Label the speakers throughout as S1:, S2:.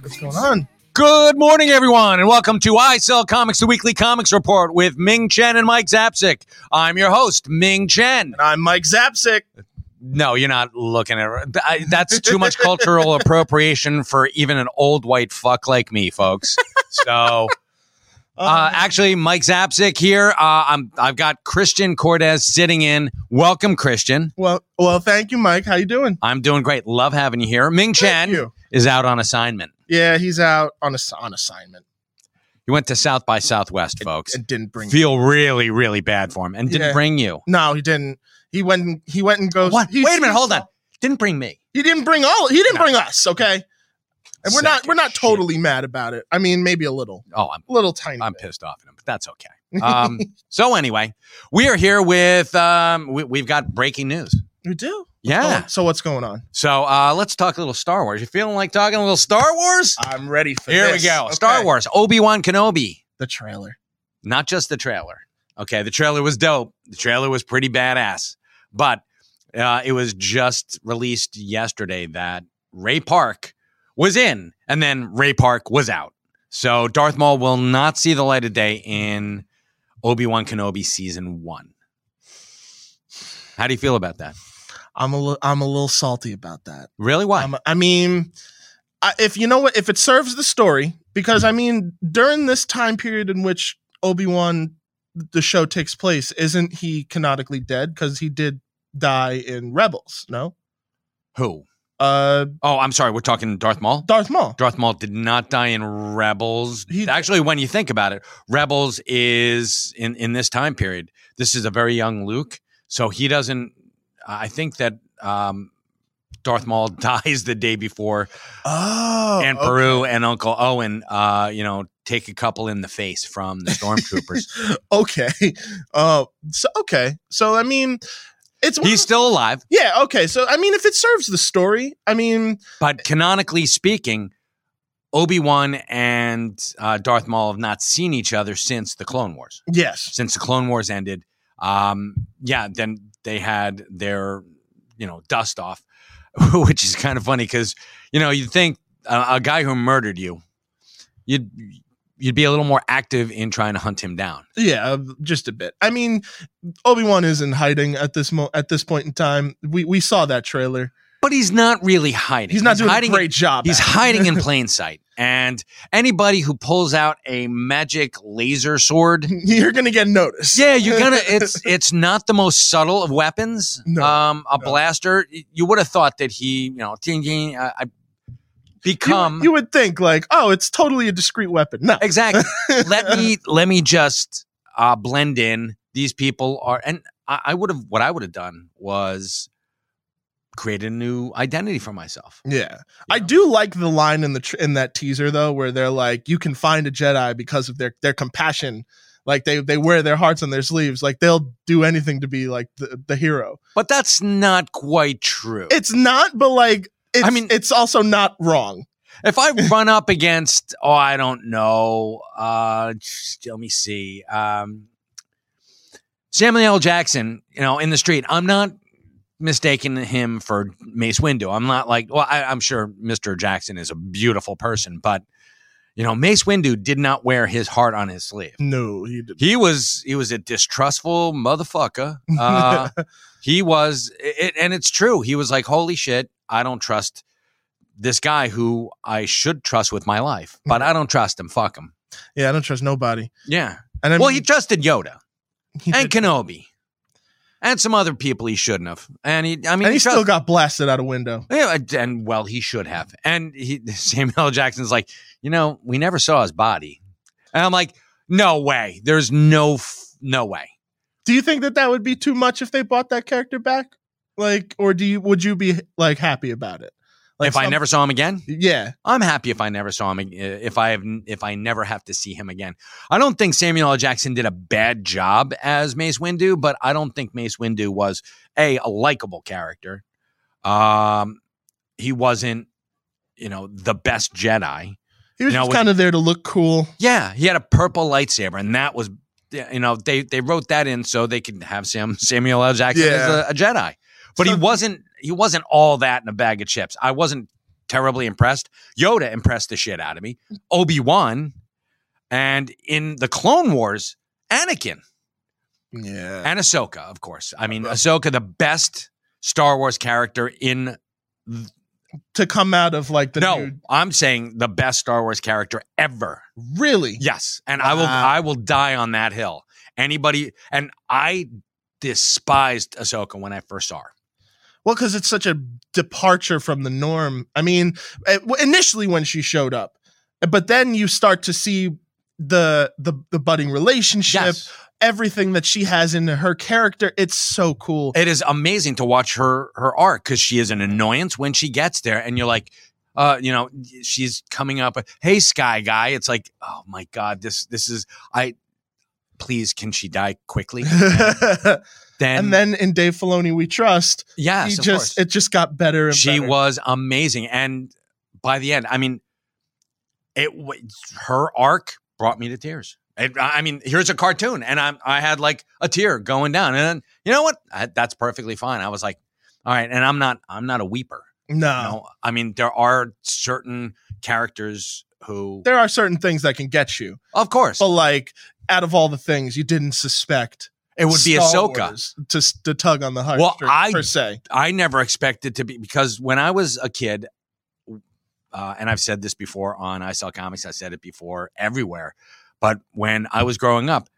S1: What's going on?
S2: Good morning, everyone, and welcome to I Sell Comics, the weekly comics report with Ming Chen and Mike Zapsik. I'm your host, Ming Chen.
S1: And I'm Mike Zapsik.
S2: No, you're not looking at I, that's too much cultural appropriation for even an old white fuck like me, folks. So, uh, actually, Mike Zapsik here. Uh, I'm I've got Christian Cortez sitting in. Welcome, Christian.
S1: Well, well, thank you, Mike. How you doing?
S2: I'm doing great. Love having you here. Ming
S1: Thank
S2: Chen
S1: you.
S2: is out on assignment.
S1: Yeah, he's out on ass- on assignment
S2: He went to South by Southwest, folks.
S1: and didn't bring.
S2: Feel really, really bad for him, and didn't
S1: Yeah.
S2: bring you.
S1: no, he didn't. He went. and- He went and goes.
S2: What?
S1: he-
S2: Wait a minute. Hold on. Didn't bring me.
S1: He didn't bring all. He didn't
S2: No.
S1: bring us. Okay. And we're not.
S2: Sack
S1: We're
S2: of
S1: not
S2: shit.
S1: totally mad about it. I mean, maybe a little,
S2: Oh, I'm
S1: little tiny.
S2: I'm
S1: bit.
S2: pissed off at him, but that's okay. Um, so anyway, we are here with um, we, we've got breaking news.
S1: You do.
S2: Yeah.
S1: Oh, so what's going on?
S2: So uh, let's talk a little Star Wars. You feeling like talking a little Star Wars?
S1: I'm ready for.
S2: Here
S1: this.
S2: we go.
S1: Okay.
S2: Star Wars. Obi Wan Kenobi.
S1: The trailer.
S2: Not just the trailer. Okay, the trailer was dope. The trailer was pretty badass, but uh, it was just released yesterday that Ray Park was in, and then Ray Park was out. So Darth Maul will not see the light of day in Obi Wan Kenobi season one. How do you feel about that?
S1: I'm a. li- I'm a little salty about that.
S2: Really? Why?
S1: Um, I mean, I, if you know what, if it serves the story, because I mean, during this time period in which Obi Wan, the show takes place, isn't he canonically dead? Because he did die in Rebels. No,
S2: Who?
S1: uh,
S2: Oh, I'm sorry. We're talking Darth Maul.
S1: Darth Maul.
S2: Darth Maul did not die in Rebels.
S1: He-
S2: Actually, when you think about it, Rebels is in in this time period. This is a very young Luke, so he doesn't. I think that um, Darth Maul dies the day before,
S1: Oh,
S2: and Peru and Uncle Owen, uh, you know, take a couple in the face from the stormtroopers.
S1: okay. Uh, so okay. So I mean, it's one
S2: He's
S1: of-
S2: still alive,
S1: yeah. Okay. So I mean, if it serves the story, I mean,
S2: but canonically speaking, Obi Wan and uh, Darth Maul have not seen each other since the Clone Wars.
S1: yes.
S2: since the Clone Wars ended. Um, yeah, then they had their you know dust off, which is kind of funny because you know you'd think uh, a guy who murdered you, you'd you'd be a little more active in trying to hunt him down.
S1: Yeah, uh, just a bit. I mean, Obi Wan is in hiding at this mo- at this point in time. We we saw that trailer.
S2: But he's not really hiding.
S1: He's not doing
S2: hiding
S1: a great job.
S2: He's
S1: at it.
S2: hiding in plain sight, and anybody who pulls out a magic laser sword
S1: You're gonna get noticed.
S2: Yeah, you're gonna. It's it's not the most subtle of weapons.
S1: No,
S2: um, a
S1: no.
S2: blaster. y- You would have thought that he, you know, ding, ding, I, I
S1: You,
S2: become
S1: you would think like, oh, it's totally a discreet weapon. No,
S2: exactly. let me let me just uh, blend in. These people are, and I, I would have. What I would have done was create a new identity for myself.
S1: Yeah,
S2: You
S1: I
S2: know?
S1: do like the line in the tr- in that teaser though, where they're like, "You can find a Jedi because of their their compassion." Like they they wear their hearts on their sleeves. Like they'll do anything to be like the, the hero.
S2: But that's not quite true.
S1: It's not, but like, it's,
S2: mean-
S1: it's also not wrong.
S2: if I run up against, oh, I don't know. Uh, just- let me see. Um, Samuel L. Jackson, you know, in the street, I'm not mistaking him for Mace Windu. I'm not like, well, I, I'm sure Mr. Jackson is a beautiful person, but you know, Mace Windu did not wear his heart on his sleeve.
S1: No, he didn't.
S2: He was he was a distrustful motherfucker. Uh, he was, it, and it's true. He was like, "Holy shit, I don't trust this guy who I should trust with my life, but I don't trust him. Fuck him."
S1: yeah, I don't trust nobody.
S2: Yeah.
S1: And I
S2: well, he
S1: mean,
S2: trusted Yoda
S1: he
S2: and
S1: did-
S2: Kenobi and some other people he shouldn't have, and he. I mean,
S1: and he
S2: trust-
S1: still got blasted out a window.
S2: Yeah, and- and well, he should have. And he, Samuel L. Jackson's like, you know, we never saw his body, and I'm like, no way. There's no, f- no way.
S1: Do you think that that would be too much if they bought that character back? Like, or do you would you be like happy about it? Like
S2: if I
S1: some-
S2: never saw him again,
S1: yeah,
S2: I'm happy if I never saw him. ag- eh, If I have, if I never have to see him again, I don't think Samuel L. Jackson did a bad job as Mace Windu, but I don't think Mace Windu was a a likable character. Um, he wasn't, you know, the best Jedi.
S1: he was
S2: You know,
S1: just
S2: with-
S1: kind of there to look cool.
S2: Yeah, he had a purple lightsaber, and that was, yeah, you know, they they wrote that in so they could have Sam Samuel L. Jackson
S1: Yeah.
S2: as a, a Jedi. But he
S1: So-
S2: wasn't. He wasn't all that in a bag of chips. I wasn't terribly impressed. Yoda impressed the shit out of me. Obi Wan, and in the Clone Wars, Anakin
S1: Yeah.
S2: and Ahsoka, of course. I mean,
S1: Uh-huh.
S2: Ahsoka, the best Star Wars character in
S1: to come out of like the
S2: no.
S1: new-
S2: I'm saying the best Star Wars character ever.
S1: really
S2: Yes, and I will.
S1: Wow.
S2: I will die on that hill. Anybody, and I despised Ahsoka when I first saw her.
S1: well because it's such a departure from the norm i mean eh, w- initially when she showed up but then you start to see the the, the budding relationship
S2: Yes.
S1: everything that she has in her character it's so cool
S2: It is amazing to watch her her arc because she is an annoyance when she gets there, and you're like, uh, you know, she's coming up. uh, Hey, Sky Guy. It's like, oh my god, this this is I. Please, can she die quickly?
S1: and,
S2: Then,
S1: then in dave filoni we trust
S2: yes,
S1: he
S2: of course.
S1: just it just got better and
S2: she
S1: better.
S2: was amazing and by the end i mean it wa- her arc brought me to tears It- i I mean here's a cartoon and i'm i had like a tear going down and then, you know what I, that's perfectly fine i was like all right and i'm not i'm not a weeper
S1: no
S2: you know? i mean there are certain characters who
S1: there are certain things that can get you
S2: of course
S1: but like out of all the things you didn't suspect
S2: it would be
S1: Star
S2: ahsoka
S1: Wars to, s- to tug on the heart
S2: Well, I-
S1: per se.
S2: I never expected to be because when I was a kid, uh, and I've said this before on I Sell Comics, I said it before everywhere, but when I was growing up,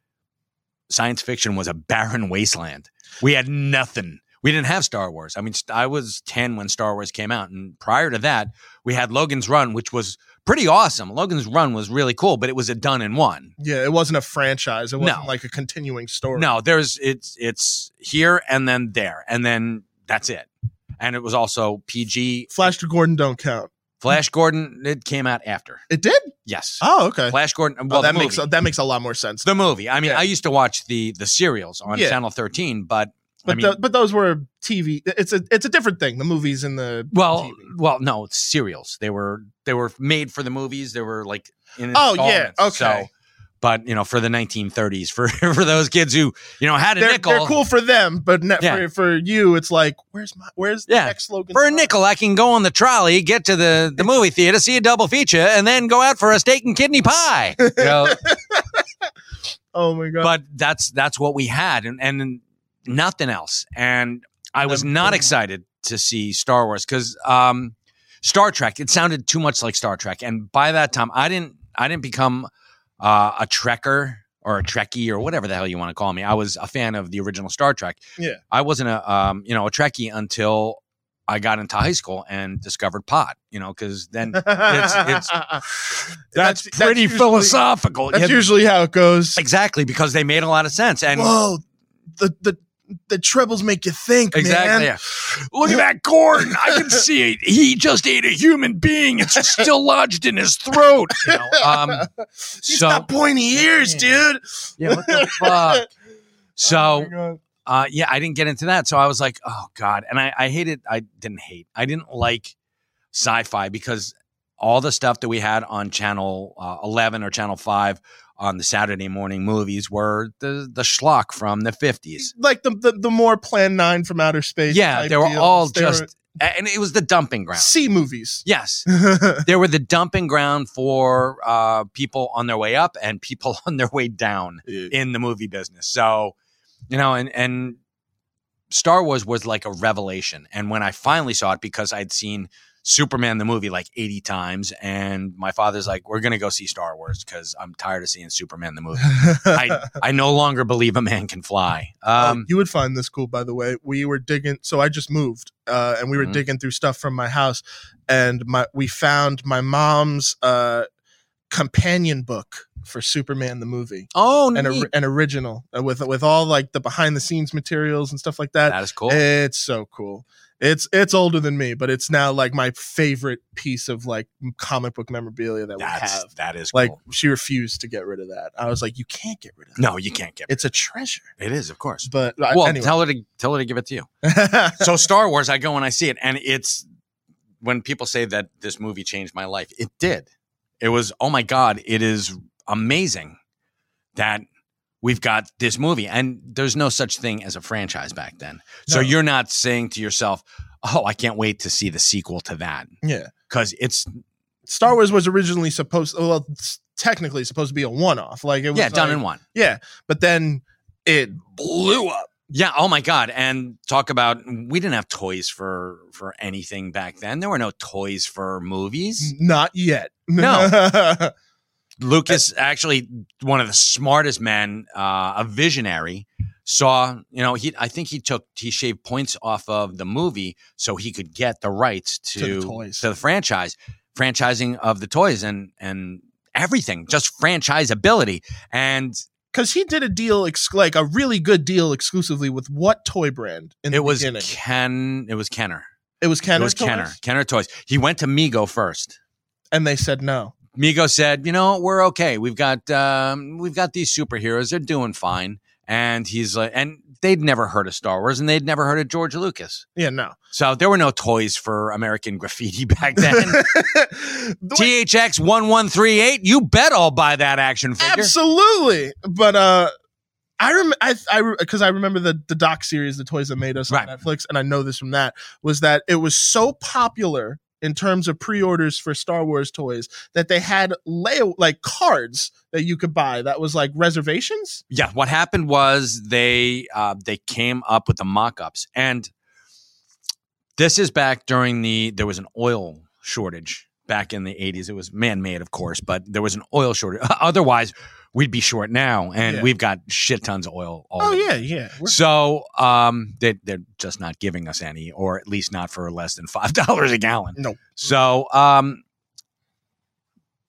S2: science fiction was a barren wasteland. We had nothing. We didn't have Star Wars. I mean, st- I was 10 when Star Wars came out. And prior to that, we had Logan's Run, which was pretty awesome. Logan's Run was really cool, but it was a done in one.
S1: Yeah, it wasn't a franchise. It
S2: No.
S1: wasn't like a continuing story.
S2: No, there's it's it's here and then there and then that's it. And it was also PG.
S1: Flash to Gordon don't count.
S2: Flash Gordon. It came out after.
S1: It did.
S2: Yes,
S1: Oh, okay.
S2: Flash Gordon. Well,
S1: oh, that
S2: the
S1: makes
S2: movie.
S1: that makes a lot more sense.
S2: the movie. I mean,
S1: Yeah.
S2: I used to watch the the serials on
S1: Yeah.
S2: Channel Thirteen, but
S1: But
S2: I mean,
S1: tho- but those were TV. It's a it's a different thing. The movies and the
S2: well,
S1: TV.
S2: well, no, it's serials. They were they were made for the movies. They were like in
S1: Oh, yeah,
S2: installments.
S1: okay.
S2: So, but you know, for the 1930s, for for those kids who you know had a
S1: they're,
S2: nickel,
S1: they're cool for them, but not
S2: Yeah.
S1: for, for you, it's like where's my where's the
S2: Yeah.
S1: next slogan
S2: for a nickel, I can go on the trolley, get to the, the movie theater, see a double feature, and then go out for a steak and kidney pie. You know,
S1: Oh my god!
S2: but that's that's what we had, and, and nothing else. And I was
S1: Um,
S2: not
S1: yeah.
S2: excited to see Star Wars because um, Star Trek. It sounded too much like Star Trek, and by that time, I didn't I didn't become uh, a Trekker or a Trekkie or whatever the hell you want to call me. I was a fan of the original Star Trek.
S1: Yeah.
S2: I wasn't a um, you know a Trekkie until. I got into high school and discovered pot, you know, because then it's- that's, pretty
S1: usually-
S2: philosophical.
S1: That's
S2: Yeah,
S1: usually how it goes.
S2: exactly because they made a lot of sense. And
S1: Whoa, the the the trebles make you think,
S2: Exactly.
S1: man.
S2: yeah. Look at that Gordon. I can see it. He just ate a human being. It's still lodged in his throat. You know, um,
S1: He's
S2: so-
S1: got pointy ears,
S2: Yeah.
S1: dude.
S2: yeah, what the fuck? So,
S1: Oh my God.
S2: uh, yeah, I didn't get into that. So I was like, oh God. And I, I hated, I didn't hate, I didn't like sci fi because all the stuff that we had on Channel uh, 11 or Channel 5 on the Saturday morning movies were the, the schlock from the 50s.
S1: like the, the the more Plan Nine from outer space.
S2: Yeah,
S1: type
S2: they were
S1: deals.
S2: all
S1: They
S2: just,
S1: were
S2: and it was the dumping ground.
S1: C movies.
S2: Yes, they were the dumping ground for uh, people on their way up and people on their way down in the movie business. So, you know, and and Star Wars was like a revelation. And when I finally saw it, because I'd seen Superman the movie like eighty times, and my father's like, "We're gonna go see Star Wars because I'm tired of seeing Superman the movie. I I no longer believe a man can fly."
S1: Um,
S2: Um,
S1: you would find this cool, by the way. We were digging, so I just moved, uh, and we were
S2: Mhm.
S1: digging through stuff from my house, and my we found my mom's uh, companion book for Superman the movie,
S2: oh,
S1: an,
S2: neat.
S1: or, an original uh, with with all like the behind the scenes materials and stuff like that.
S2: that is cool.
S1: It's so cool. It's it's older than me, but it's now like my favorite piece of like comic book memorabilia that we
S2: That's
S1: have.
S2: that is
S1: Like
S2: cool.
S1: she refused to get rid of that. I was like, you can't get rid of that.
S2: No, you can't get
S1: It's a treasure.
S2: it. It is, of course.
S1: But uh,
S2: Well,
S1: anyway.
S2: tell her to tell her to give it to you. So Star Wars, I go and I see it, and it's when people say that this movie changed my life, it did. It was oh my god, it is amazing that we've got this movie, and there's no such thing as a franchise back then. So
S1: No.
S2: you're not saying to yourself, "Oh, I can't wait to see the sequel to that,"
S1: yeah.
S2: because it's
S1: Star Wars was originally supposed, well, it's technically supposed to be a one-off. Like it was,
S2: yeah done
S1: like-
S2: in one.
S1: yeah. But then it blew up.
S2: Yeah. Oh my God. And talk about we didn't have toys for for anything back then. There were no toys for movies.
S1: Not yet.
S2: No. Lucas, actually, one of the smartest men, uh, a visionary, saw. You know, he. I think he took he shaved points off of the movie so he could get the rights to
S1: To the toys.
S2: to the franchise, franchising of the toys and and everything, just franchisability. And
S1: Because he did a deal, ex- like a really good deal, exclusively with what toy brand? In
S2: it
S1: the
S2: was
S1: beginning?
S2: Ken. It was Kenner.
S1: it was Kenner.
S2: it was
S1: Toys?
S2: Kenner. Kenner toys. He went to Mego first.
S1: and they said no.
S2: Migo said, "You know, we're okay. We've got um, we've got these superheroes. They're doing fine." And he's like, and they'd never heard of Star Wars, and they'd never heard of George Lucas.
S1: Yeah, no.
S2: So there were no toys for American graffiti back then.
S1: The way-
S2: THX one one three eight. You bet I'll buy that action figure.
S1: absolutely. But uh, I rem I I because I remember the the doc series, the toys that made us
S2: Right.
S1: on Netflix, and I know this from that was that it was so popular in terms of pre-orders for Star Wars toys that they had lay like cards that you could buy that was like reservations.
S2: yeah what happened was they uh, they came up with the mock-ups and this is back during the there was an oil shortage back in the 80s it was man-made of course but there was an oil shortage otherwise we'd be short now and
S1: Yeah.
S2: we've got shit tons of oil all
S1: Oh
S2: over.
S1: yeah, yeah. We're-
S2: so um, they, they're just not giving us any or at least not for less than five dollars a gallon
S1: No.
S2: so um,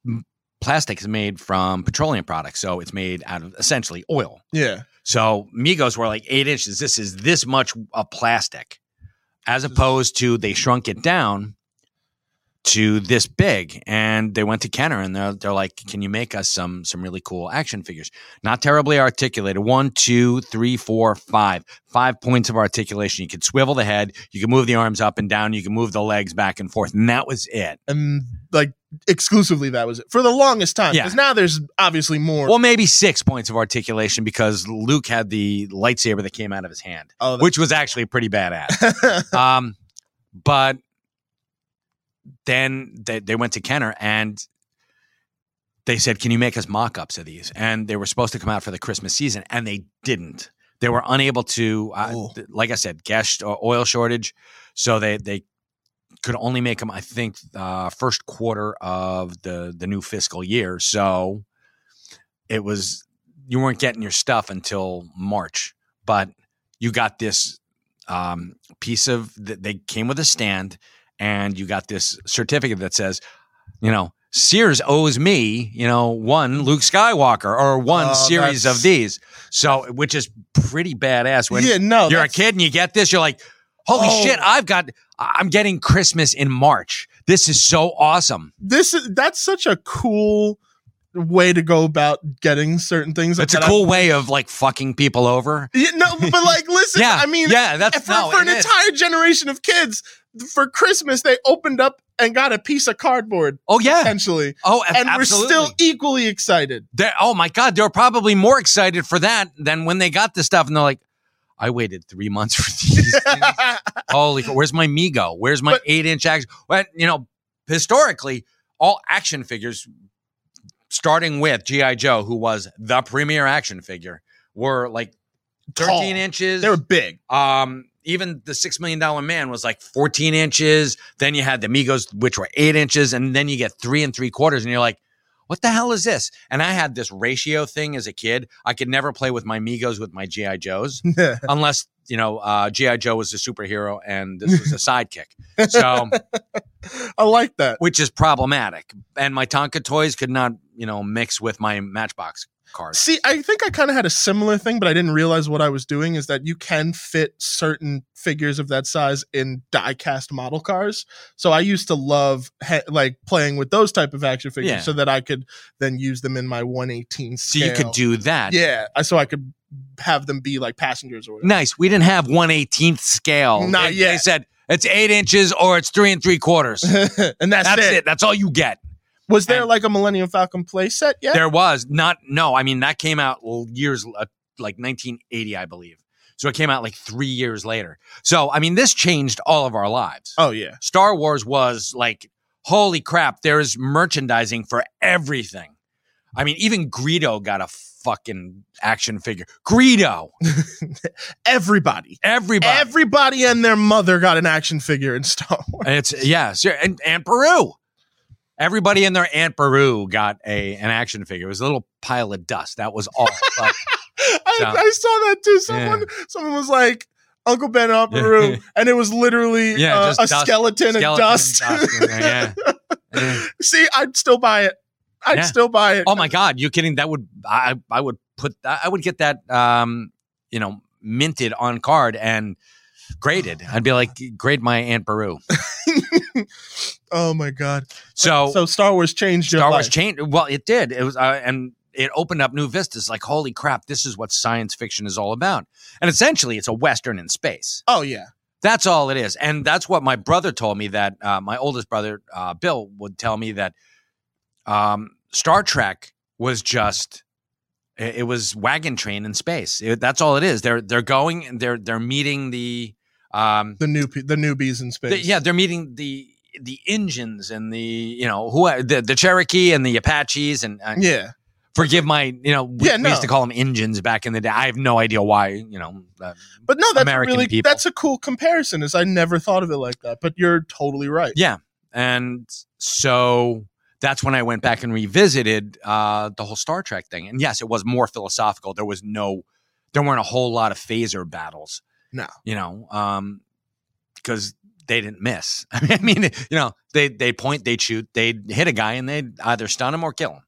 S2: m- plastic is made from petroleum products so it's made out of essentially oil
S1: yeah.
S2: so Migos were like eight inches. This is this much of plastic, as opposed to they shrunk it down to this big. And they went to Kenner and they're, they're like, "Can you make us some some really cool action figures? Not terribly articulated. One, two, three, four, five. Five points of articulation. You could swivel the head. You can move the arms up and down. You can move the legs back and forth. And that was it.
S1: And like exclusively that was it for the longest time.
S2: Yeah.
S1: Because now there's obviously more.
S2: Well, maybe six points of articulation because Luke had the lightsaber that came out of his hand,
S1: oh,
S2: which was actually pretty badass.
S1: that-
S2: um, but then they, they went to Kenner and they said, "Can you make us mock-ups of these?" And they were supposed to come out for the Christmas season, and they didn't. They were unable to, uh,
S1: Oh.
S2: th- like I said, gas sh- or oil shortage, so they they could only make them. I think uh, first quarter of the the new fiscal year, so it was you weren't getting your stuff until March, but you got this um, piece of th- they came with a stand and you got this certificate that says you know sears owes me you know one luke skywalker or one
S1: Oh,
S2: series
S1: that's-
S2: of these so which is pretty badass when
S1: yeah, no.
S2: you're
S1: Oh,
S2: a
S1: that's-
S2: kid and you get this you're like holy
S1: Oh.
S2: shit i've got I- i'm getting christmas in march this is so awesome
S1: this is that's such a cool way to go about getting certain things.
S2: it's a
S1: that I-
S2: cool way of like fucking people over
S1: Yeah, no, but like, listen,
S2: yeah
S1: I mean,
S2: yeah that's
S1: for,
S2: no,
S1: for an
S2: it is.
S1: entire generation of kids, for Christmas they opened up and got a piece of cardboard
S2: oh yeah
S1: potentially,
S2: oh
S1: and
S2: absolutely.
S1: we're still equally excited.
S2: they're, oh my god they're probably more excited for that than when they got this stuff and they're like i waited three months for these things. holy cow, where's my migo where's my
S1: But-
S2: eight inch action well you know historically all action figures starting with gi joe who was the premier action figure were like 13
S1: Tall.
S2: inches
S1: they were big.
S2: um, even the six million dollar man was like 14 inches. Then you had the Migos, which were eight inches, and then you get three and three quarters, and you're like, what the hell is this? And I had this ratio thing as a kid. I could never play with my Migos with my GI Joes unless you know uh, GI Joe was a superhero and this was a sidekick. So,
S1: I like that.
S2: which is problematic. And my Tonka toys could not you know mix with my Matchbox cars.
S1: See, I think I kind of had a similar thing, but I didn't realize what I was doing is that you can fit certain figures of that size in die-cast model cars. So I used to love ha- like playing with those type of action figures
S2: Yeah.
S1: so that I could then use them in my 118
S2: So
S1: scale.
S2: you could do that.
S1: Yeah, I- so I could have them be like passengers or whatever.
S2: Nice. We didn't have one eighteenth scale.
S1: Not
S2: they,
S1: yet.
S2: They said it's eight inches or it's three and three quarters. That's,
S1: and that's,
S2: it.
S1: it.
S2: That's all you get.
S1: Was there
S2: And-
S1: like a Millennium Falcon playset yet?
S2: There was not. No, I mean that came out l- years uh, like 1980, I believe. So it came out like three years later. So I mean, this changed all of our lives.
S1: oh yeah.
S2: Star Wars was like holy crap, there's merchandising for everything. I mean, even Greedo got a fucking action figure. Greedo,
S1: Everybody,
S2: everybody.
S1: everybody, and their mother got an action figure in Star Wars.
S2: And It's yeah, sure. and Aunt Peru. Everybody in their Aunt Peru got a an action figure. It was a little pile of dust. That was all. But
S1: I,
S2: So-
S1: I saw that too. Someone, someone was like. Uncle Ben and Aunt
S2: Yeah.
S1: Peru, and it was literally
S2: Yeah,
S1: uh,
S2: just
S1: a
S2: dust-
S1: skeleton,
S2: skeleton
S1: and dust.
S2: in there, yeah. Yeah.
S1: See, I'd still buy it. I'd
S2: Yeah.
S1: still buy it.
S2: Oh my God, you kidding? That would I I would put I would get that um you know minted on card and graded. I'd be like grade my Aunt Peru.
S1: Oh my god!
S2: So,
S1: so Star Wars changed your
S2: Oh. Star Wars
S1: life.
S2: changed. Well, it did. It was uh, and it opened up new vistas. Like holy crap, this is what science fiction is all about. And essentially, it's a western in space.
S1: oh yeah,
S2: That's all it is, and that's what my brother told me. That uh, my oldest brother uh, Bill would tell me that um, Star Trek was just it, it was wagon train in space. It- that's all it is. They're they're going and they're they're meeting the um
S1: the new pe- the newbies in space.
S2: the- yeah they're meeting the the engines and the you know who the, the Cherokee and the Apaches and uh,
S1: yeah.
S2: forgive my you know we,
S1: Yeah,
S2: we used to
S1: no.
S2: call them engines back in the day. I have no idea why you know uh,
S1: But no, that's a
S2: American
S1: really
S2: people.
S1: that's a cool comparison. Is I never thought of it like that. But you're totally right.
S2: Yeah. And so that's when I went back and revisited uh, the whole Star Trek thing. And yes, it was more philosophical. There was no, there weren't a whole lot of phaser battles.
S1: No.
S2: You know, because they didn't miss. I mean, I mean, you know, they they point, they shoot, they hit a guy, and they either stun him or kill him.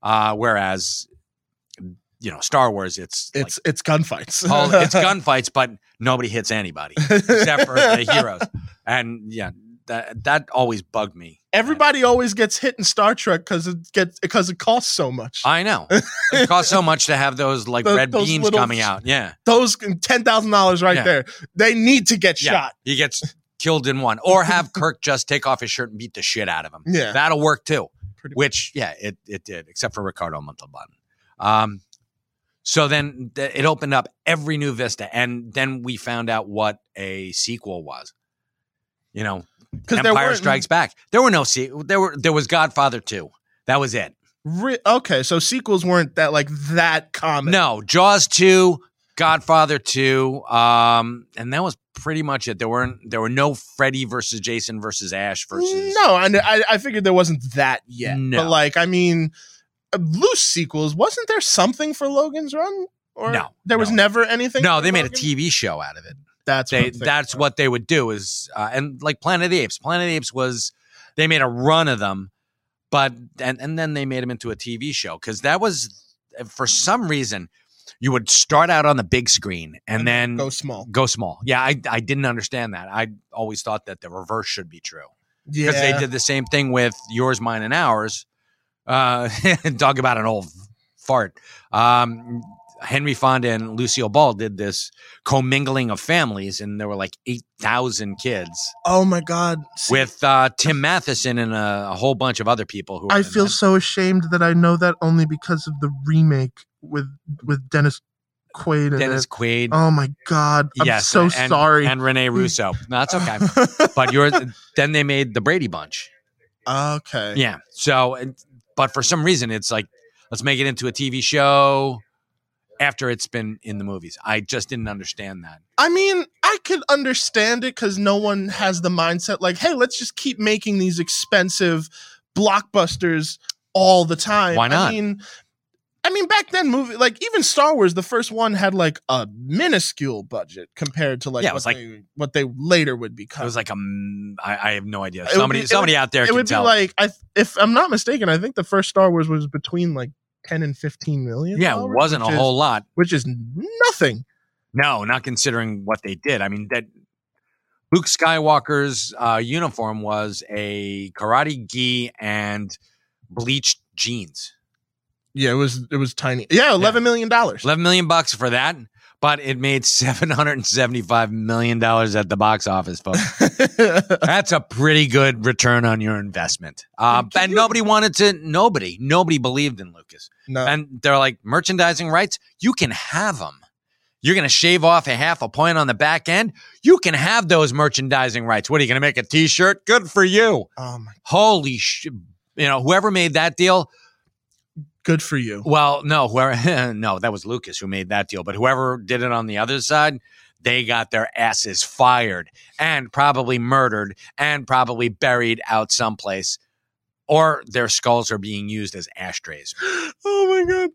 S2: Uh, whereas, you know, Star Wars, it's like,
S1: It's it's gunfights.
S2: whole- Oh, it's gunfights, but nobody hits anybody except for the heroes. And yeah, that that always bugged me.
S1: Everybody always gets hit in Star Trek because it gets because it costs so much.
S2: I know it costs so much to have those like
S1: Those-
S2: red
S1: those
S2: beams
S1: little-
S2: coming out. Yeah,
S1: Those ten thousand dollars right
S2: Yeah.
S1: there. They need to get
S2: Yeah.
S1: shot.
S2: he gets killed in one, or have Kirk just take off his shirt and beat the shit out of him.
S1: Yeah.
S2: That'll work too.
S1: Pretty
S2: Which yeah, it it did, except for Ricardo Montalban. Um, so then th- it opened up every new vista, and then we found out what a sequel was. You know,
S1: Because there
S2: Empire
S1: were
S2: Strikes Back. There were no se- there were there was Godfather 2. That was it.
S1: Re- okay, so sequels weren't that like that common.
S2: No, Jaws 2, Godfather 2, um and that was pretty much it. There weren't there were no Freddy versus Jason versus Ash versus
S1: no I, kn- I i figured there wasn't that yet
S2: No.
S1: but like i mean uh, loose sequels wasn't there something for logan's run or
S2: No,
S1: there was
S2: no.
S1: never anything
S2: No,
S1: for
S2: they made a
S1: Logan?
S2: TV show out of it.
S1: that's
S2: They
S1: what I'm
S2: that's
S1: thinking
S2: what they would do is uh, and like Planet of the Apes. Planet of the Apes was they made a run of them, but and and then they made them into a TV show because that was for some reason you would start out on the big screen and then
S1: of. go small
S2: go small. Yeah, I, I didn't understand that. I always thought that the reverse should be true
S1: yeah
S2: because they did the same thing with yours, mine, and ours. Uh, talk about an old fart. Um, Henry Fonda and Lucille Ball did this commingling of families, and there were like eight thousand kids
S1: oh my god See,
S2: with uh, Tim Matheson and a, a whole bunch of other people. Who were
S1: i
S2: in
S1: feel
S2: that.
S1: so ashamed that i know that only because of the remake with with dennis quaid in
S2: Dennis
S1: it.
S2: Quaid.
S1: oh my god i'm
S2: yes,
S1: so
S2: and-
S1: sorry
S2: And Rene Russo. No, that's okay. but yours. Then they made the Brady Bunch.
S1: okay
S2: Yeah. So, and- but for some reason, it's like, let's make it into a TV show after it's been in the movies. I just didn't understand that.
S1: I mean, I could understand it because no one has the mindset like, hey, let's just keep making these expensive blockbusters all the time.
S2: Why not?
S1: I mean, I mean, back then, movie like even Star Wars, the first one had like a minuscule budget compared to like,
S2: Yeah, it
S1: what,
S2: was like-
S1: they, what they later would become.
S2: It was like, um, I, I have no idea.
S1: It would
S2: Somebody,
S1: be- it would-
S2: somebody out there
S1: it
S2: can
S1: would be
S2: tell.
S1: like, I th- if I'm not mistaken, I think the first Star Wars was between like 10 and 15 million.
S2: yeah, it
S1: dollars,
S2: wasn't a
S1: which is-
S2: whole lot.
S1: which is nothing.
S2: No, not considering what they did. I mean, that Luke Skywalker's uh, uniform was a karate gi and bleached jeans.
S1: Yeah, it was it was tiny. Yeah, eleven million dollars.
S2: 11 million bucks for that, but it made $775 million at the box office, folks. That's a pretty good return on your investment. Uh,
S1: Thank
S2: and
S1: you.
S2: nobody wanted to, nobody, nobody believed in Lucas.
S1: no.
S2: And they're like, merchandising rights, you can have them. You're going to shave off a half a point on the back end. You can have those merchandising rights. What are you going to make a T-shirt? Good for you.
S1: Oh my,
S2: Holy sh! You know, whoever made that deal.
S1: good for you.
S2: Well, no, whoever, no, that was Lucas who made that deal. But whoever did it on the other side, they got their asses fired and probably murdered and probably buried out someplace, or their skulls are being used as ashtrays.
S1: Oh my god.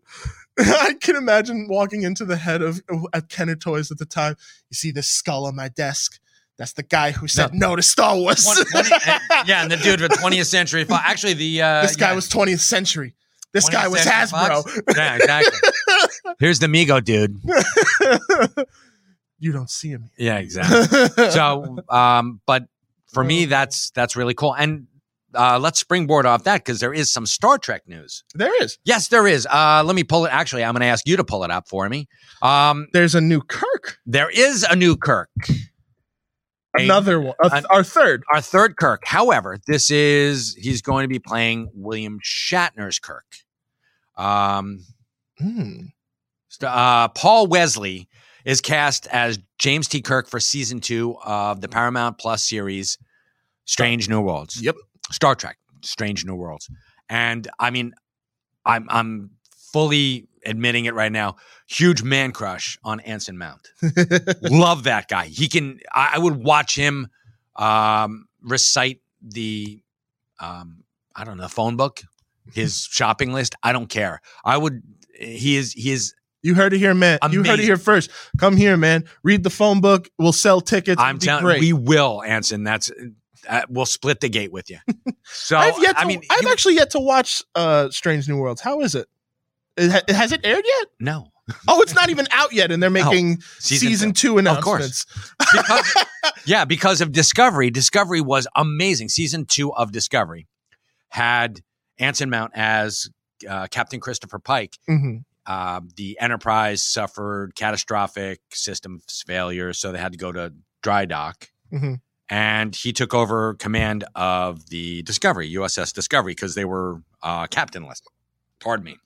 S1: I can imagine walking into the head of at Kenner Toys at the time. You see this skull on my desk. That's the guy who said no, to Star Wars.
S2: Twen- 20 uh, yeah, and the dude with 20th century. Fox. Actually, the uh,
S1: this guy
S2: yeah,
S1: was 20th century. This guy
S2: 20th
S1: was
S2: Century
S1: Hasbro.
S2: Fox. Yeah, exactly. Here's the Migo dude.
S1: you don't see him.
S2: Yeah, exactly.
S1: so,
S2: So, um, but for me, that's that's really cool. And uh, let's springboard off that because there is some Star Trek news.
S1: there is.
S2: Yes, there is. Uh, let me pull it. Actually, I'm going to ask you to pull it up for me. Um,
S1: There's a new Kirk.
S2: there is a new Kirk. A-
S1: Another one. A th-
S2: an-
S1: our third.
S2: our third Kirk. However, this is he's going to be playing William Shatner's Kirk. Um,
S1: Hmm.
S2: st- uh, Paul Wesley is cast as James T. Kirk for season two of the Paramount Plus series Strange New Worlds.
S1: Yep.
S2: Star Trek, Strange New Worlds. And I mean, I'm I'm fully admitting it right now. Huge man crush on Anson Mount. Love that guy. He can I, I would watch him um recite the um I don't know, phone book, his shopping list. I don't care. I would he is he is
S1: you heard it here, man. You heard it
S2: Amazing.
S1: here first. Come here, man. Read the phone book. We'll sell tickets.
S2: I'm
S1: It'd be
S2: telling
S1: great.
S2: we will, Anson. That's uh, we'll split the gate with you. So
S1: I've yet to,
S2: I mean
S1: I've
S2: you-
S1: actually yet to watch uh Strange New Worlds. How is it? It, ha- it- has it aired yet?
S2: no.
S1: Oh, it's not even out yet, and they're making season, two
S2: Oh, Of course.
S1: announcements.
S2: because, yeah, because of Discovery. Discovery was amazing. Season two of Discovery had Anson Mount as uh, Captain Christopher Pike.
S1: Mhm.
S2: Uh, the Enterprise suffered catastrophic systems failure, so they had to go to dry dock.
S1: Mhm.
S2: And he took over command of the Discovery, USS Discovery, because they were uh, captainless. Pardon me.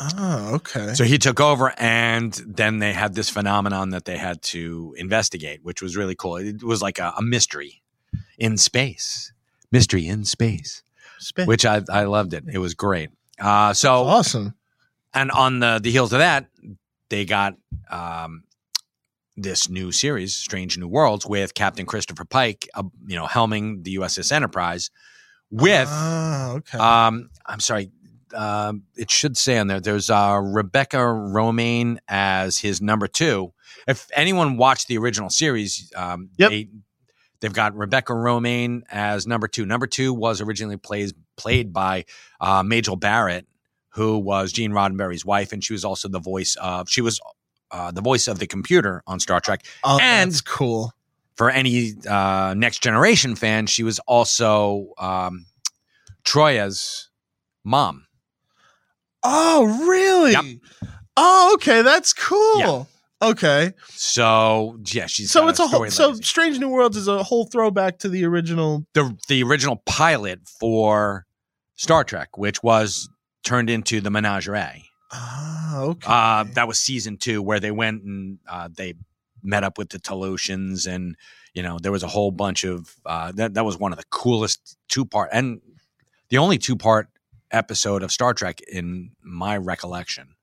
S1: Oh, okay.
S2: So he took over, and then they had this phenomenon that they had to investigate, which was really cool. It was like a, a mystery in space, mystery in space,
S1: Spin.
S2: which I, I loved it. It was great. Uh, so,
S1: awesome.
S2: and on the, the heels of that, they got um, this new series, Strange New Worlds, with Captain Christopher Pike, uh, you know, helming the USS Enterprise with.
S1: Oh, okay.
S2: Um, I'm sorry. Um, it should say on there. There's uh, Rebecca Romaine as his number two. If anyone watched the original series, um,
S1: Yep.
S2: they, they've got Rebecca Romaine as number two. Number two was originally plays played by uh, Majel Barrett, who was Gene Roddenberry's wife, and she was also the voice of she was uh, the voice of the computer on Star Trek
S1: oh,
S2: and-
S1: that's cool.
S2: for any uh, next generation fan, she was also um, Troya's mom.
S1: Oh, really?
S2: Yep.
S1: Oh, okay. That's cool. Okay.
S2: So yeah, she's
S1: so
S2: got
S1: it's a whole.
S2: story
S1: So
S2: legacy.
S1: Strange New Worlds is a whole throwback to the original.
S2: the the original pilot for Star Trek, which was turned into the Menagerie.
S1: Oh, okay.
S2: Uh, that was season two, where they went and uh, they met up with the Talosians, and you know there was a whole bunch of uh, that. That was one of the coolest two part and the only two part episode of Star Trek in my recollection.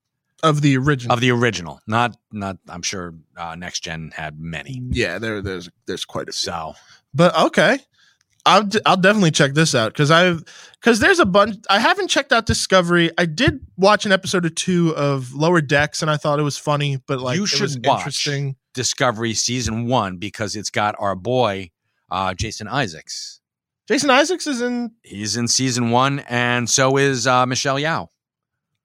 S1: of the original.
S2: of the original. Not not. I'm sure uh, next gen had many.
S1: yeah, there, there's, there's quite a few.
S2: So
S1: But okay. I'll, d- I'll definitely check this out because I've because there's a bunch I haven't checked out Discovery. I did watch an episode or two of Lower Decks and I thought it was funny, but like
S2: You
S1: it
S2: should
S1: was
S2: watch.
S1: interesting.
S2: Discovery season one because it's got our boy uh, Jason Isaacs.
S1: Jason Isaacs is in.
S2: He's in season one, and so is uh, Michelle Yao.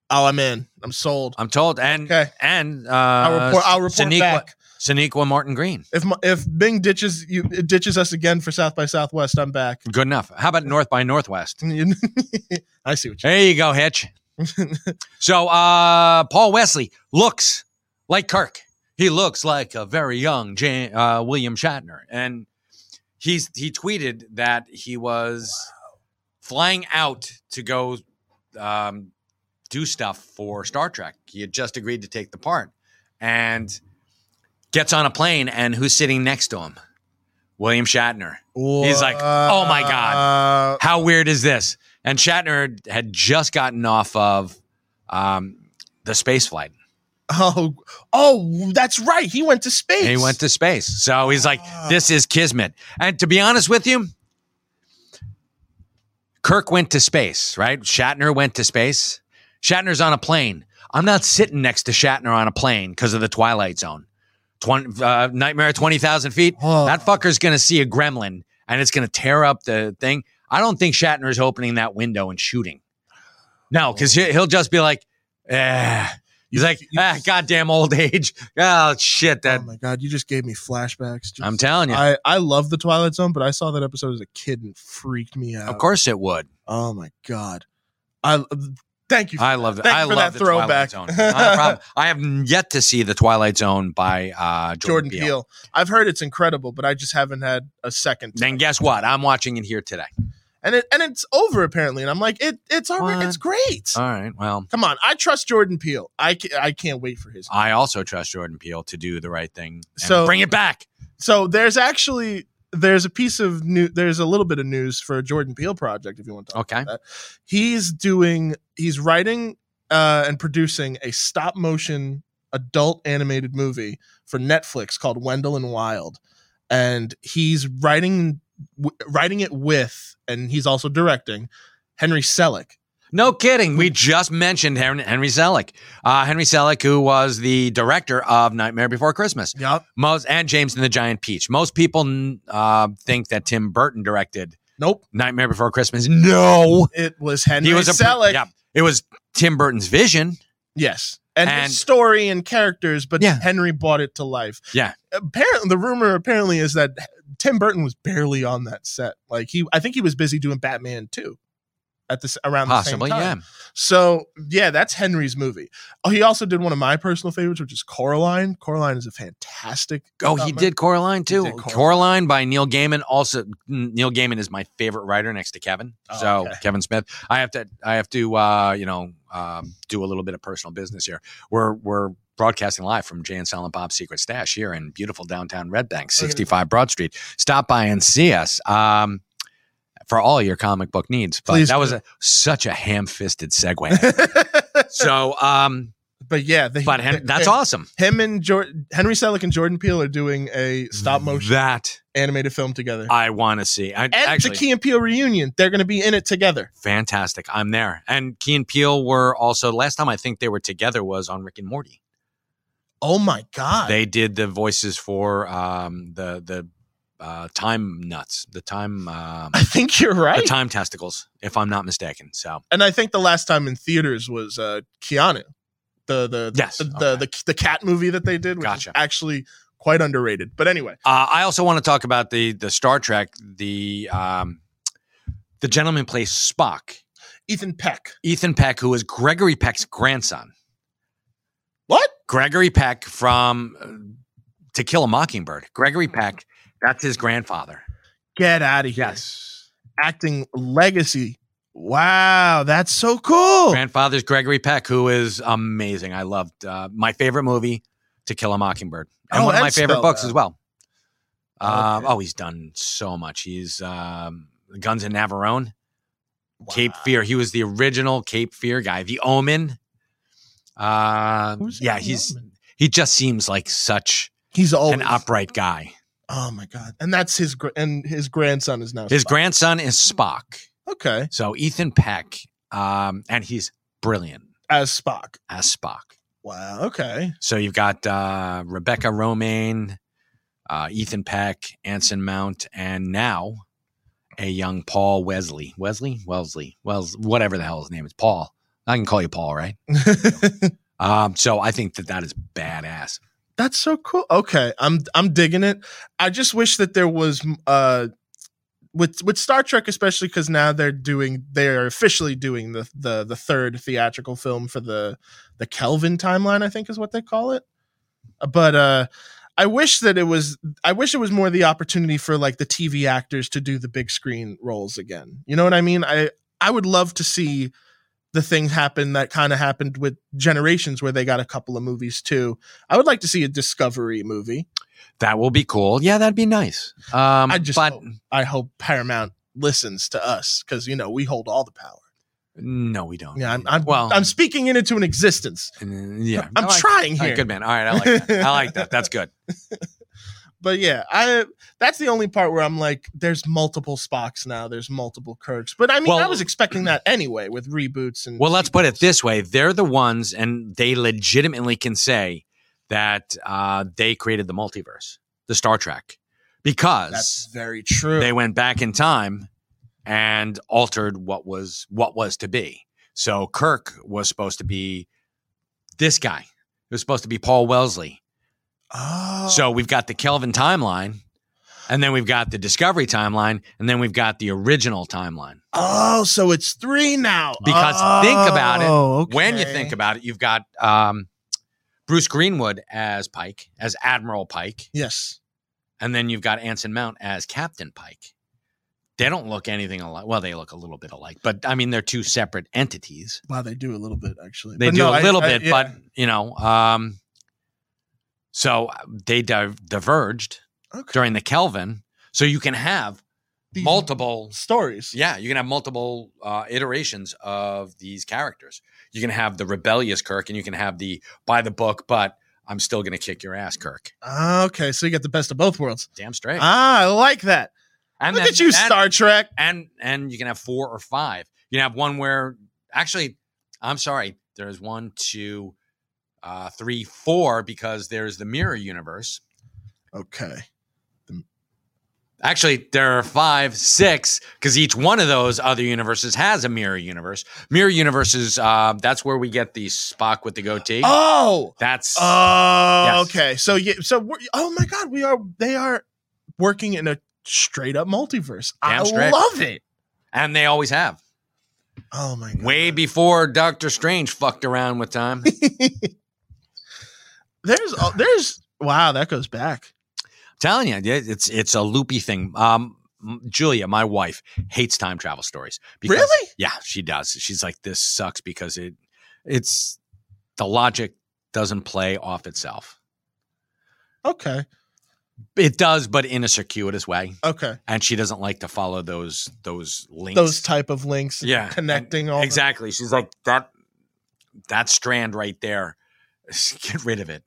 S1: Oh, I'm in. I'm sold.
S2: I'm told, and
S1: Okay,
S2: and uh,
S1: I'll report. I'll report
S2: Sonequa,
S1: back
S2: Sonequa Martin Green.
S1: if my, if Bing ditches you ditches us again for South by Southwest. I'm back.
S2: Good enough. How about North by Northwest?
S1: I see what you.
S2: There you go, Hitch. so uh, Paul Wesley looks like Kirk. He looks like a very young Jan- uh, William Shatner, and he's he tweeted that he was flying out to go um, do stuff for Star Trek. He had just agreed to take the part, and gets on a plane, and who's sitting next to him? William Shatner. He's like, "Oh my
S1: Uh,
S2: God." How weird is this? And Shatner had just gotten off of um, the space flight.
S1: Uh, oh, oh, that's right. He went to space.
S2: And he went to space. So he's like,
S1: Wow.
S2: this is kismet. And to be honest with you, Kirk went to space, right? Shatner went to space. Shatner's on a plane. I'm not sitting next to Shatner on a plane because of the Twilight Zone. 20, uh, Nightmare at 20,000 feet.
S1: Oh.
S2: That fucker's going to see a gremlin and it's going to tear up the thing. I don't think Shatner's opening that window and shooting. No, because he'll just be like, eh. He's like,
S1: you-
S2: ah, goddamn old age. Oh, shit. That
S1: oh my god, you just gave me flashbacks. Jesus.
S2: I'm telling you.
S1: I I love the Twilight Zone, but I saw that episode as a kid and freaked me out.
S2: of course it would.
S1: Oh my god. I thank you. For,
S2: I love
S1: Thank
S2: I
S1: you for
S2: love
S1: that
S2: the Twilight
S1: throwback.
S2: Zone. Not a problem. I have yet to see the Twilight Zone by uh,
S1: Jordan
S2: Jordan,
S1: Peele.
S2: Peele.
S1: I've heard it's incredible, but I just haven't had a second.
S2: Then guess what? I'm watching it here today.
S1: And it and it's over apparently. And I'm like, it it's all right.
S2: What? Uh.
S1: It's great.
S2: All right. Well,
S1: Come on, I trust Jordan Peele. I ca- I can't wait for his.
S2: I also trust Jordan Peele to do the right thing. and
S1: So-
S2: bring it back.
S1: So there's actually there's a piece of new there's a little bit of news for a Jordan Peele project if you want to talk.
S2: Okay.
S1: He's doing he's writing uh, and producing a stop motion adult animated movie for Netflix called Wendell and Wild, and he's writing w- writing it with and he's also directing Henry Selick.
S2: No kidding. We just mentioned Hen- Henry Selick. Uh, Henry Selick, who was the director of Nightmare Before Christmas.
S1: Yep.
S2: Most and James and the Giant Peach. Most people n- uh, think that Tim Burton directed
S1: Nope.
S2: Nightmare Before Christmas. No,
S1: It was Henry Selick.
S2: pro- Yeah, it was Tim Burton's vision.
S1: Yes. And,
S2: And-
S1: his story and characters, but
S2: Yeah.
S1: Henry brought it to life.
S2: Yeah.
S1: Apparently, the rumor apparently is that Tim Burton was barely on that set. Like he, I think he was busy doing Batman too, at this around
S2: Possibly,
S1: the same time.
S2: yeah.
S1: So yeah, that's Henry's movie. Oh, he also did one of my personal favorites, which is Coraline. Coraline is a fantastic.
S2: Oh,
S1: Uh,
S2: he
S1: my-
S2: did Coraline too.
S1: did Coraline.
S2: Coraline. by Neil Gaiman. Also, N- Neil Gaiman is my favorite writer next to Kevin.
S1: Oh,
S2: so
S1: okay.
S2: Kevin Smith. I have to. I have to. Uh, you know, um, do a little bit of personal business here. We're we're broadcasting live from Jay and Silent Bob's Secret Stash here in beautiful downtown Red Bank, sixty five Broad Street. Stop by and see us. Um, for all your comic book needs, but
S1: Please
S2: that
S1: do.
S2: was a, such a ham-fisted segue. so, um,
S1: but yeah, the,
S2: but Hen- that's awesome.
S1: Him and Jor- Henry Selick and Jordan Peele are doing a stop
S2: Mm-hmm.
S1: motion
S2: That
S1: animated film together.
S2: I want to see. I,
S1: and
S2: actually,
S1: the Key and Peele reunion. They're going to be in it together.
S2: fantastic. I'm there. And Key and Peele were also last time I think they were together was on Rick and Morty.
S1: Oh my god!
S2: They did the voices for um, the the uh, time nuts, the time um,
S1: I think you're
S2: the
S1: right.
S2: time testicles, if I'm not mistaken. So
S1: and I think the last time in theaters was uh, Keanu, the the
S2: Yes,
S1: the, the,
S2: okay.
S1: the the cat movie that they did, which
S2: Gotcha.
S1: is actually quite underrated. But anyway,
S2: uh, I also want to talk about the the Star Trek the um, the gentleman plays Spock,
S1: Ethan Peck.
S2: Ethan Peck, who is Gregory Peck's grandson.
S1: What?
S2: Gregory Peck from uh, To Kill a Mockingbird. Gregory Peck, that's his grandfather.
S1: Get out of here!
S2: Yes.
S1: Acting legacy. Wow, that's so cool.
S2: Grandfather's Gregory Peck, who is amazing. I loved uh, my favorite movie, To Kill a Mockingbird,
S1: Oh,
S2: and one of my
S1: that's
S2: favorite
S1: spelled
S2: books
S1: out.
S2: as well. Um,
S1: Okay.
S2: oh, he's done so much. He's um, Guns and Navarone, Cape
S1: Wow.
S2: Fear. He was the original Cape Fear guy, The Omen. Uh,
S1: Who's
S2: yeah,
S1: Ethan
S2: he's
S1: Hawke?
S2: he just seems like such
S1: he's always.
S2: an upright guy.
S1: oh my god! And that's his gr- and his grandson is now
S2: His
S1: Spock.
S2: grandson is Spock.
S1: okay
S2: So Ethan Peck, um, and he's brilliant
S1: as Spock.
S2: as Spock.
S1: Wow. Okay.
S2: So you've got uh, Rebecca Romaine, uh, Ethan Peck, Anson Mount, and now a young Paul Wesley. Wesley? Wellesley. Wells, whatever the hell his name is. Paul. I can call you Paul, right? Um, so I think that that is badass.
S1: That's so cool. Okay, I'm I'm digging it. I just wish that there was uh with with Star Trek especially cuz now they're doing they're officially doing the the the third theatrical film for the the Kelvin timeline I think is what they call it. But uh I wish that it was I wish it was more the opportunity for like the TV actors to do the big screen roles again. You know what I mean? I I would love to see the thing happened that kind of happened with Generations, where they got a couple of movies too. I would like to see a Discovery movie.
S2: That will be cool. Yeah, that'd be nice. Um,
S1: I just
S2: but
S1: hope- I hope Paramount listens to us because you know we hold all the power.
S2: no, we don't.
S1: Yeah, I'm, I'm,
S2: well,
S1: I'm speaking it into an existence.
S2: mm, yeah,
S1: I'm
S2: Um, No, I-
S1: trying
S2: all right,
S1: here.
S2: good man. All right, I like that. I like that. That's good.
S1: but yeah, I that's the only part where I'm like, there's multiple Spocks now, there's multiple Kirks. But I mean, I
S2: Well-
S1: was expecting that anyway with reboots and
S2: Well, let's put it
S1: sequels.
S2: this way: they're the ones, and they legitimately can say that uh, they created the multiverse, the Star Trek,
S1: That's
S2: because
S1: very true.
S2: they went back in time and altered what was what was to be. So Kirk was supposed to be this guy. It was supposed to be Paul Wellesley.
S1: oh,
S2: So we've got the Kelvin timeline, and then we've got the Discovery timeline, and then we've got the original timeline.
S1: oh, so it's three now.
S2: Because think about it,
S1: Oh, okay.
S2: When you think about it, you've got um, Bruce Greenwood as Pike, as Admiral Pike,
S1: yes,
S2: and then you've got Anson Mount as Captain Pike. They don't look anything alike. Well, they look a little bit alike, but I mean, they're two separate entities.
S1: wow, they do a little bit actually.
S2: They
S1: But
S2: do
S1: no,
S2: a
S1: I-
S2: little
S1: I-
S2: bit,
S1: yeah.
S2: but you know, um, so uh, they div- diverged
S1: Okay.
S2: during the Kelvin. So you can have
S1: These
S2: multiple
S1: stories.
S2: Yeah, you can have multiple uh, iterations of these characters. You can have the rebellious Kirk, and you can have the by the book, but I'm still going to kick your ass, Kirk.
S1: Ah, okay, so you get the best of both worlds.
S2: Damn straight.
S1: Ah, I like that.
S2: and
S1: Look
S2: then-
S1: at you,
S2: and,
S1: Star Trek.
S2: And and you can have four or five. You can have one where actually, I'm sorry, there's one, two, uh, three, four, because there's the mirror universe.
S1: Okay.
S2: Actually, there are five, six, because each one of those other universes has a mirror universe. Mirror universes, uh, that's where we get the Spock with the goatee.
S1: Oh,
S2: That's
S1: Oh,
S2: Yes.
S1: okay. So yeah, so we're, oh my god, we are they are working in a straight up multiverse. I
S2: Damn straight.
S1: love it.
S2: and they always have.
S1: Oh my god.
S2: Way before Doctor Strange fucked around with time. I'm
S1: There's oh, there's wow, that goes back.
S2: telling you, yeah, it's it's a loopy thing. Um, m- Julia, my wife, hates time travel stories.
S1: Really?
S2: Yeah, she does. She's like, this sucks because it it's the logic doesn't play off itself.
S1: Okay.
S2: It does, but in a circuitous way.
S1: Okay.
S2: And she doesn't like to follow those those links.
S1: Those type of links
S2: yeah.
S1: connecting all the-
S2: Exactly. She's like that that strand right there. Get rid of it.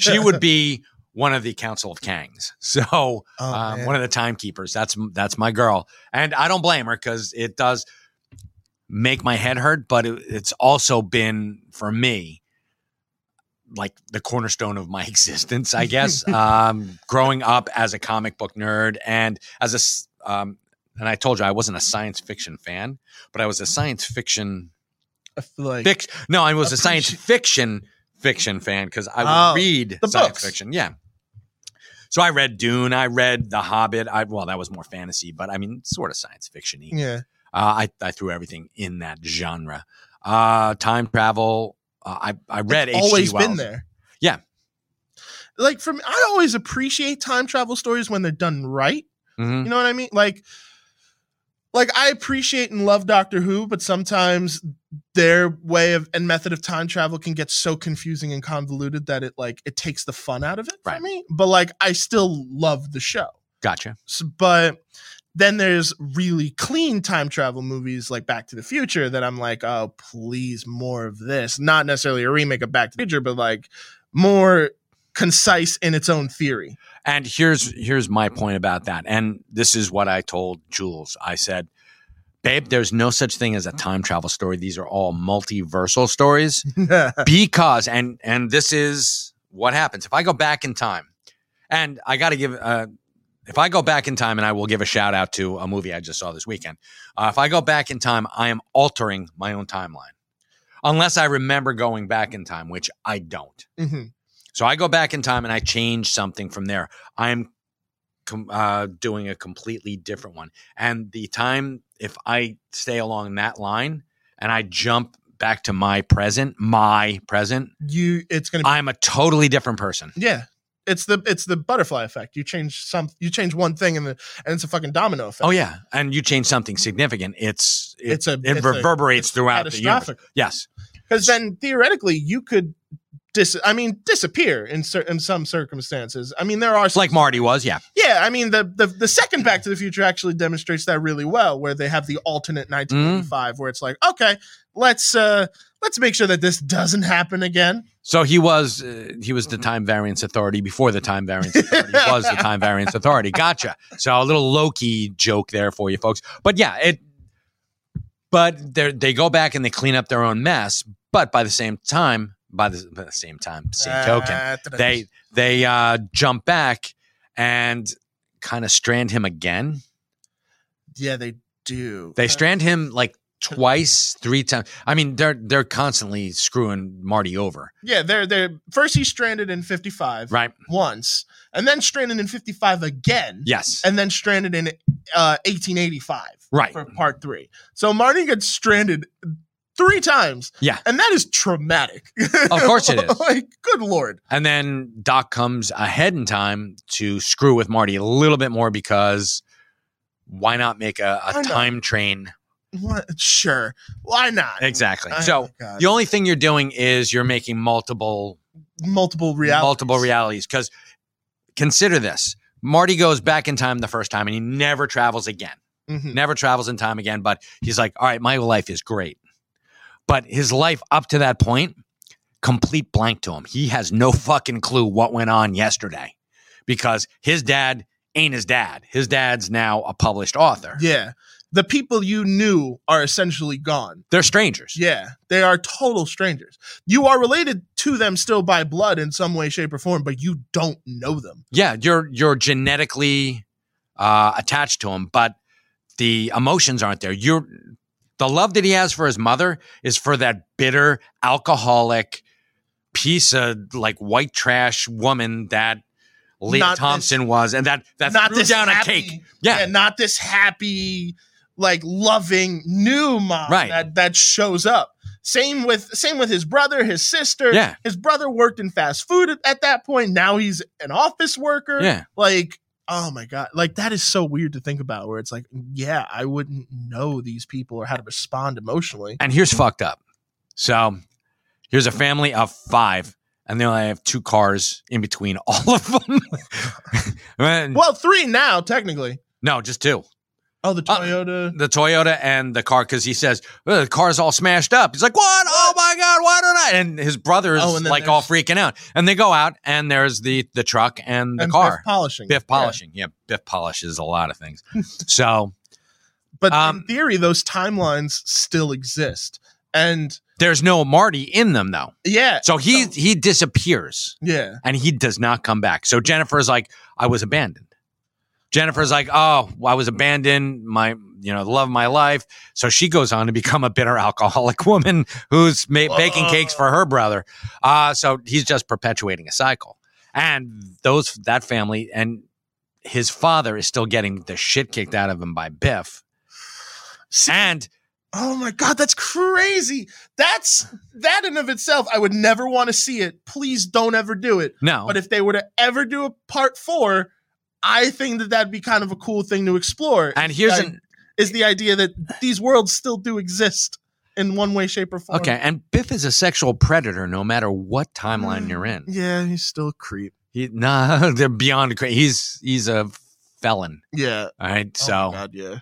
S2: she would be one of the Council of Kangs. So
S1: Oh,
S2: um,
S1: man.
S2: one of the timekeepers. That's that's my girl, and I don't blame her because it does make my head hurt. But it, it's also been for me like the cornerstone of my existence, I guess. um, growing up as a comic book nerd and as a s- um, and I told you I wasn't a science fiction fan, but I was a science fiction
S1: I feel like
S2: fiction. No, I was a science
S1: Appreciate-
S2: fiction fiction fan because I would
S1: Oh,
S2: read
S1: the
S2: science
S1: books.
S2: fiction. Yeah. So I read Dune. I read The Hobbit. I well, that was more fantasy, but I mean, sort of science fictiony.
S1: yeah.
S2: Uh, I I threw everything in that genre. Uh, time travel. Uh, I I read. H.G.
S1: always been
S2: Wells.
S1: there.
S2: Yeah.
S1: Like for me, I always appreciate time travel stories when they're done right.
S2: Mhm.
S1: You know what I mean? Like, like I appreciate and love Doctor Who, but sometimes their way of and method of time travel can get so confusing and convoluted that it like it takes the fun out of it for
S2: Right.
S1: me. But like I still love the show.
S2: Gotcha.
S1: S- but then there's really clean time travel movies like Back to the Future that I'm like, oh please, more of this. Not necessarily a remake of Back to the Future, but like more concise in its own theory.
S2: And here's here's my point about that. And this is what I told Jules. I said, "Babe, there's no such thing as a time travel story. These are all multiversal stories."
S1: Mm-hmm.
S2: because and and this is what happens if i go back in time and i gotta give uh if i go back in time and i will give a shout out to a movie i just saw this weekend uh, if i go back in time i am altering my own timeline unless i remember going back in time which i don't
S1: Mhm.
S2: so i go back in time and i change something from there i'm com- uh, doing a completely different one and the time if i stay along that line and i jump back to my present my present
S1: You, it's gonna be
S2: I'm a totally different person.
S1: Yeah. It's the it's the butterfly effect. You change some, you change one thing, and the, and it's a fucking domino effect.
S2: Oh yeah, and you change something significant, it's it,
S1: It's a-
S2: it
S1: it's a-
S2: reverberates throughout the universe.
S1: catastrophic.
S2: Yes,
S1: Because then theoretically, you could dis. I mean, disappear in cer- in some circumstances. I mean, there are
S2: it's like Marty was. Yeah,
S1: yeah. I mean, the, the the second Back to the Future actually demonstrates that really well, where they have the alternate 1985, where it's like, okay, let's uh let's make sure that this doesn't happen again.
S2: So he was uh, he was
S1: Mm-hmm.
S2: the time variance authority before the time variance authority was the time variance authority. Gotcha. So a little Loki joke there for you folks. But yeah, it but they they go back and they clean up their own mess, but by the same time, by the, by the same time, same token,
S1: Ah, da-da.
S2: they they uh jump back and kind of strand him again.
S1: yeah they do Uh,
S2: They strand him like twice, three times. I mean, they're they're constantly screwing Marty over,
S1: yeah they're they're first he's stranded in 55
S2: right?
S1: once and then stranded in 55 again
S2: Yes.
S1: and then stranded in uh 1885
S2: Right.
S1: for part three so marty gets stranded three times
S2: Yeah.
S1: and that is traumatic
S2: Of course it is.
S1: like good lord
S2: And then Doc comes ahead in time to screw with Marty a little bit more because why not make a,
S1: Why
S2: a
S1: not?
S2: time train?
S1: what sure why not
S2: Exactly.
S1: Oh,
S2: so
S1: God.
S2: the only thing you're doing is you're making multiple
S1: multiple realities
S2: multiple realities because consider this. Marty goes back in time the first time and he never travels again.
S1: Mhm.
S2: Never travels in time again, but he's like, "All right, my life is great." But his life up to that point complete blank to him. He has no fucking clue what went on yesterday because his dad ain't his dad. His dad's now a published author.
S1: yeah the people you knew are essentially gone
S2: They're strangers.
S1: Yeah, they are total strangers. You are related to them still by blood in some way, shape, or form, but you don't know them.
S2: Yeah, you're you're genetically uh, attached to him, but the emotions aren't there. You're the love that he has for his mother is for that bitter alcoholic piece of like white trash woman that Leah
S1: Not this-
S2: Thompson was, and that that threw down
S1: happy,
S2: a cake. Yeah.
S1: and not this happy, like loving new mom
S2: Right.
S1: that that shows up. Same with same with his brother, his sister.
S2: Yeah.
S1: his brother worked in fast food at, at that point. Now he's an office worker.
S2: Yeah.
S1: like. Oh my god! Like that is so weird to think about. Where it's like, yeah, I wouldn't know these people or how to respond emotionally.
S2: And here's fucked up. So here's a family of five, and they only have two cars in between all of them. And-
S1: Well, three now technically.
S2: no, just two.
S1: Oh, the
S2: Uh,
S1: Toyota.
S2: The Toyota and the car, because he says, "Well, the car's all smashed up. He's like, what? Oh my God, why don't I? And his brother is
S1: Oh, and then
S2: like all
S1: there's-
S2: freaking out. And they go out, and there's the, the truck and the
S1: and
S2: car.
S1: Biff polishing.
S2: Biff polishing. Yeah. Biff polishes a lot of things. so
S1: Yeah. But in
S2: Um,
S1: theory, those timelines still exist. And
S2: there's no Marty in them, though.
S1: yeah,
S2: So he, he disappears.
S1: yeah,
S2: and he does not come back. So Jennifer's like, I was abandoned. Jennifer's like, oh, I was abandoned. My, you know, the love of my life. So she goes on to become a bitter alcoholic woman who's ma- baking
S1: Whoa.
S2: cakes for her brother. Uh, so he's just perpetuating a cycle. And those that family and his father is still getting the shit kicked out of him by Biff.
S1: See,
S2: And
S1: oh my god, that's crazy. That's that in of itself. I would never want to see it. Please don't ever do it.
S2: no,
S1: But if they were to ever do a part four, I think that that'd be kind of a cool thing to explore.
S2: and here's
S1: I-
S2: an
S1: is the idea that these worlds still do exist in one way, shape, or form?
S2: okay. And Biff is a sexual predator, no matter what
S1: Mm.
S2: timeline you're in.
S1: Yeah, he's still a creep.
S2: He nah, they're beyond crazy. He's he's a felon.
S1: Yeah.
S2: All right,
S1: Oh
S2: so
S1: my God, yeah.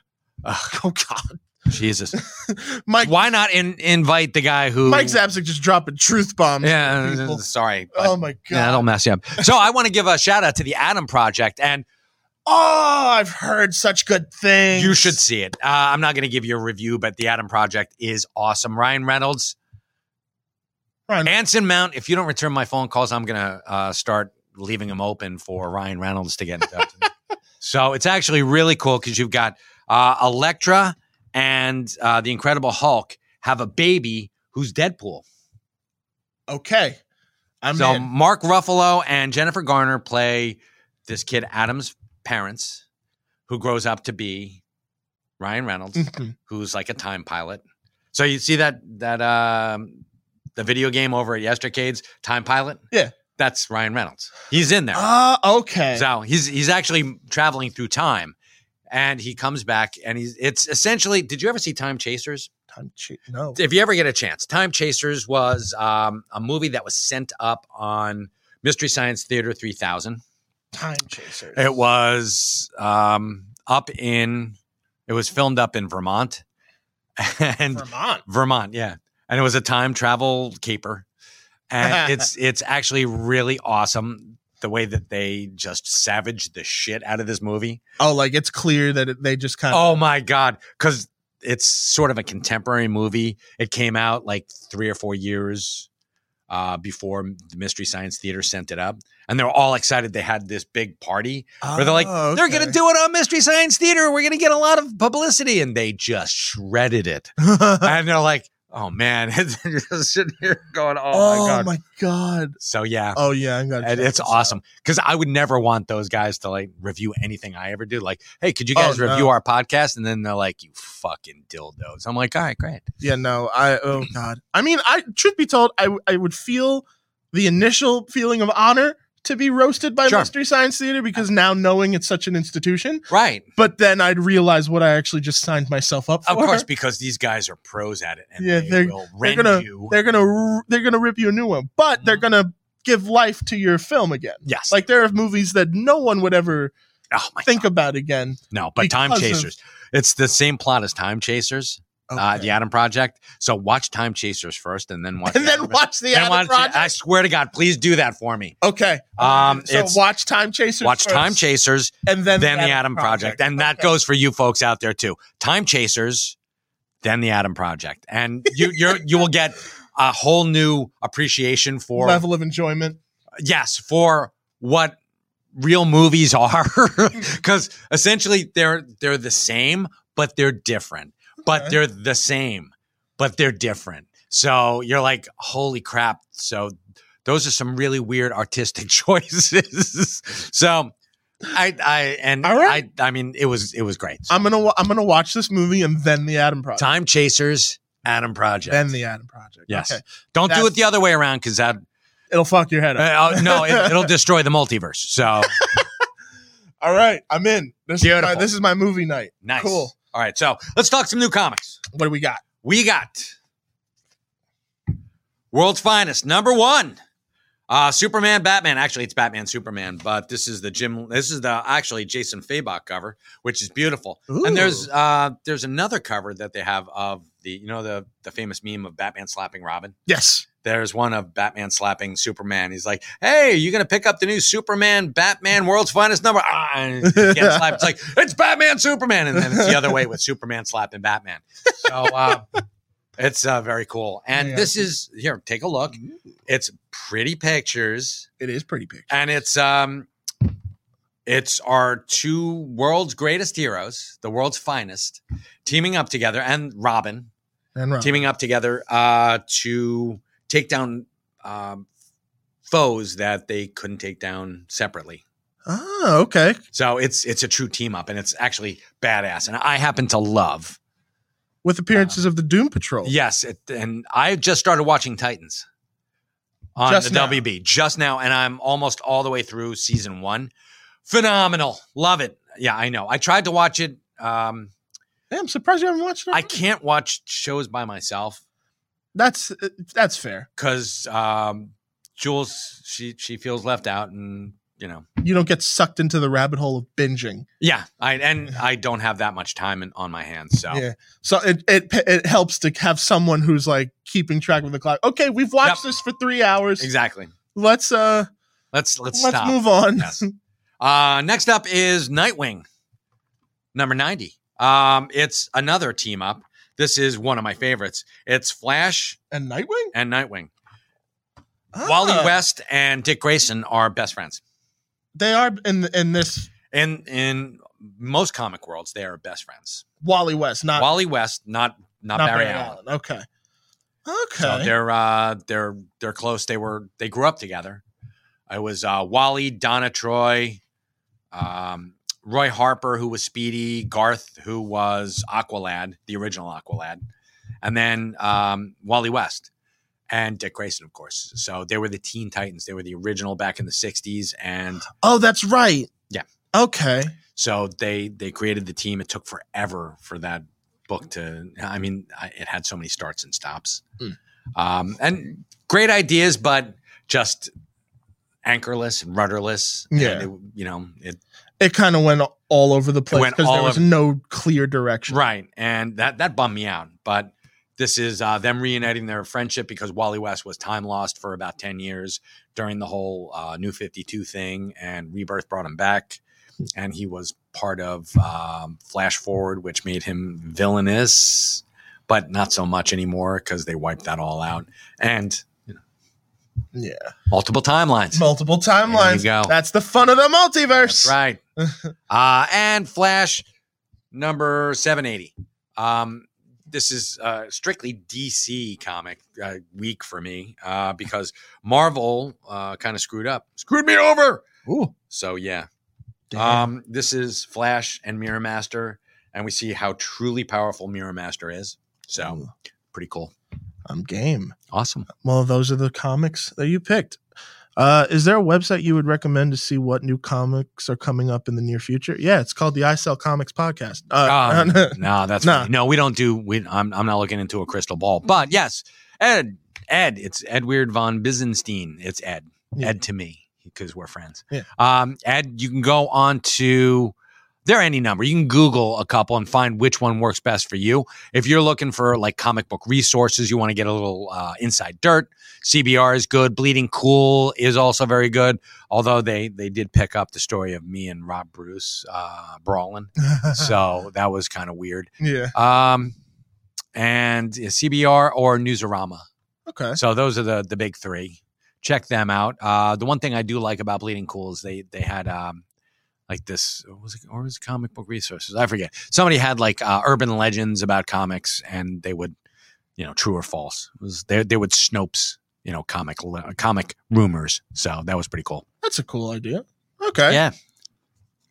S2: ugh,
S1: Oh God,
S2: Jesus,
S1: Mike.
S2: why not in, invite the guy who
S1: Mike Zapsik just dropping truth bombs.
S2: Yeah,
S1: on people.
S2: sorry, but,
S1: Oh my god.
S2: yeah, that'll mess you up. So I want to give a shout out to the Adam Project, and
S1: oh, I've heard such good things.
S2: you should see it. Uh, I'm not going to give you a review, but the Adam Project is awesome. Ryan Reynolds,
S1: Ryan-
S2: Anson Mount. If you don't return my phone calls, I'm going to uh, start leaving them open for Ryan Reynolds to get in touch. with me. so it's actually really cool because you've got uh, Elektra and uh, the Incredible Hulk have a baby who's Deadpool.
S1: Okay. I'm
S2: so
S1: in.
S2: Mark Ruffalo and Jennifer Garner play this kid Adam's parents, who grows up to be Ryan Reynolds,
S1: Mhm.
S2: who's like a time pilot. So you see that that um, the video game over at Yestercades, Time Pilot.
S1: Yeah.
S2: That's Ryan Reynolds. He's in there.
S1: Ah, okay.
S2: So he's he's actually traveling through time, and he comes back, and he's it's essentially. Did you ever see Time Chasers?
S1: Time cheat. No.
S2: If you ever get a chance, Time Chasers was um, a movie that was sent up on Mystery Science Theater three thousand.
S1: Time chasers.
S2: It was um, up in. It was filmed up in Vermont, and
S1: Vermont.
S2: Vermont, yeah. And it was a time travel caper. And it's it's actually really awesome the way that they just savage the shit out of this movie.
S1: Oh, like it's clear that it, they just kind of.
S2: Oh my god, cuz it's sort of a contemporary movie. It came out like 3 or 4 years uh, before the Mystery Science Theater sent it up, and they're all excited. They had this big party Oh, where they're like,
S1: Oh,
S2: "They're gonna do it on Mystery Science Theater. We're gonna get a lot of publicity," and they just shredded it
S1: oh,
S2: and they're like, "Oh man," They're just sitting here going, "Oh, my god!"
S1: my god.
S2: so yeah,
S1: Oh yeah, I'm gonna.
S2: and
S1: check
S2: it's
S1: this out.
S2: awesome because I would never want those guys to like review anything I ever do. Like, hey, could you guys
S1: Oh, no.
S2: review our podcast? And then they're like, "You fucking dildos." I'm like, "All right, great."
S1: Yeah, no, I oh god. I mean, I truth be told, I I would feel the initial feeling of honor to be roasted by
S2: Sure.
S1: Mystery Science Theater because now knowing it's such an institution,
S2: Right.
S1: but then I'd realize what I actually just signed myself up for.
S2: Of course, because these guys are pros at it, and
S1: Yeah,
S2: they
S1: they're-
S2: will rend
S1: gonna-
S2: you.
S1: they're gonna r- they're gonna rip you a new one, but they're
S2: Mhm.
S1: gonna give life to your film again.
S2: yes,
S1: Like there are movies that no one would ever
S2: oh my
S1: think about again.
S2: No, but Time
S1: Because of-
S2: Chasers. it's the same plot as Time Chasers, uh,
S1: Okay.
S2: the Adam Project. So watch Time Chasers first, and then watch
S1: and
S2: The
S1: then
S2: Adam-
S1: watch the
S2: then
S1: Adam
S2: watch-
S1: Project.
S2: I swear to God, please do that for me.
S1: okay.
S2: Um,
S1: so
S2: it's-
S1: watch Time Chasers.
S2: watch Time
S1: first,
S2: Chasers,
S1: and then,
S2: then, the Adam Project, and that
S1: Okay.
S2: goes for you folks out there too. Time Chasers, then the Adam Project, and you you you will get a whole new appreciation for
S1: level of enjoyment.
S2: yes for what real movies are because essentially they're they're the same but they're different but
S1: Okay.
S2: they're the same but they're different so you're like holy crap so those are some really weird artistic choices so i i and
S1: All right.
S2: i i mean it was it was great
S1: I'm gonna wa- I'm gonna watch this movie and then the Adam Project.
S2: time chasers adam project
S1: Then the Adam Project.
S2: Yes.
S1: Okay.
S2: don't do
S1: that's-
S2: it the other way around because that
S1: It'll fuck your head up.
S2: uh, oh, no it, it'll destroy the multiverse so
S1: All right, I'm in. This is my
S2: Beautiful.
S1: this is my movie night.
S2: nice
S1: Cool.
S2: all right so let's talk some new comics
S1: What do we got?
S2: we got world's finest number one uh superman batman actually it's batman superman but this is the jim this is the actually jason fabok cover which is beautiful and there's
S1: Ooh.
S2: uh there's another cover that they have of the you know the the famous meme of batman slapping robin
S1: yes.
S2: there's one of Batman slapping Superman. He's like, "Hey, you gonna pick up the new Superman Batman World's Finest Number?" Ah, and he can't slap. It's like it's Batman Superman, and then it's the other way with Superman slapping Batman. So uh, it's uh, very cool. And
S1: Yeah.
S2: this is here. Take a look. It's pretty pictures,
S1: It is pretty picture.
S2: and it's um, it's our two world's greatest heroes, the world's finest, teaming up together, and Robin,
S1: And Robin.
S2: teaming up together uh, to take down um, foes that they couldn't take down separately.
S1: Oh, okay.
S2: So it's it's a true team up, and it's actually badass. And I happen to love
S1: With appearances
S2: Uh,
S1: of the Doom Patrol.
S2: yes, it, and I just started watching Titans on
S1: Just
S2: the
S1: now.
S2: WB just now, and I'm almost all the way through season one. Phenomenal, love it. Yeah, I know. I tried to watch it. Um,
S1: Hey, I'm surprised you haven't watched it.
S2: I can't watch shows by myself.
S1: that's uh, that's fair.
S2: because um, Jules she she feels left out, and you know,
S1: You don't get sucked into the rabbit hole of binging.
S2: yeah, I and I don't have that much time in, on my hands, so
S1: Yeah. So it, it it helps to have someone who's like keeping track of the clock. Okay, we've watched this for three hours.
S2: exactly.
S1: Let's uh
S2: Let's let's
S1: let's,
S2: stop.
S1: move on.
S2: Yes. Uh, next up is Nightwing, number ninety. Um, it's another team up. This is one of my favorites. It's Flash
S1: And Nightwing?
S2: and Nightwing.
S1: Ah,
S2: Wally West and Dick Grayson are best friends.
S1: They are in in this
S2: In in most comic worlds, they are best friends.
S1: Wally West, not
S2: Wally West, not Uh, not, Barry, Allen.
S1: Okay. Okay.
S2: So they're uh they're they're close. They were they grew up together. It was uh Wally, Donna Troy, um, Roy Harper, who was Speedy, Garth, who was Aqualad, the original Aqualad, and then um Wally West. and Dick Grayson, of course. So they were the Teen Titans. They were the original back in the '60s, and
S1: Oh, that's right.
S2: Yeah.
S1: Okay.
S2: so they they created the team. It took forever for that book to. I mean, I, it had so many starts and stops,
S1: Mm.
S2: um, and great ideas, but just anchorless and rudderless.
S1: Yeah.
S2: And it- you know it
S1: It kind of went all over the place
S2: went
S1: because there
S2: all
S1: was
S2: over-
S1: no clear direction.
S2: right, and that that bummed me out, but. This is uh, them reuniting their friendship because Wally West was time lost for about 10 years during the whole uh, New 52 thing, and Rebirth brought him back.
S1: Hmm.
S2: And he was part of um, Flash Forward, which made him villainous, but not so much anymore because they wiped that all out. And
S1: Yeah.
S2: multiple timelines.
S1: Multiple timelines.
S2: go.
S1: That's the fun of the multiverse.
S2: That's right. uh, and Flash number 780. Um, this is uh, strictly DC comic uh, week for me uh, because Marvel uh, kind of screwed up, screwed me over.
S1: Ooh.
S2: So, yeah.
S1: Damn.
S2: Um, this is Flash and Mirror Master, and we see how truly powerful Mirror Master is. So,
S1: Ooh,
S2: pretty cool.
S1: I'm game.
S2: Awesome.
S1: Well, those are the comics that you picked. Uh, is there a website you would recommend to see what new comics are coming up in the near future? Yeah, it's called the I Sell Comics Podcast.
S2: Um,
S1: Uh,
S2: no, that's
S1: Nah.
S2: no, we don't do. We, I'm I'm not looking into a crystal ball, but yes, Ed, Ed, it's Edward von Bisenstein. It's Ed,
S1: Yeah.
S2: Ed to me because we're friends.
S1: Yeah.
S2: Um, Ed, you can go on to there are any number. You can Google a couple and find which one works best for you. If you're looking for like comic book resources, you want to get a little uh, inside dirt. CBR is good. Bleeding Cool is also very good. Although they they did pick up the story of me and Rob Bruce uh, brawling so that was kind of weird.
S1: yeah.
S2: Um, and yeah, CBR or Newsarama.
S1: Okay.
S2: So those are the the big three. Check them out. Uh, the one thing I do like about Bleeding Cool is they they had um, like this what was it or was it comic book resources? I forget. Somebody had like uh, urban legends about comics, and they would you know true or false. It was they they would Snopes you know comic le- comic rumors. So that was pretty cool.
S1: That's a cool idea. Okay.
S2: Yeah.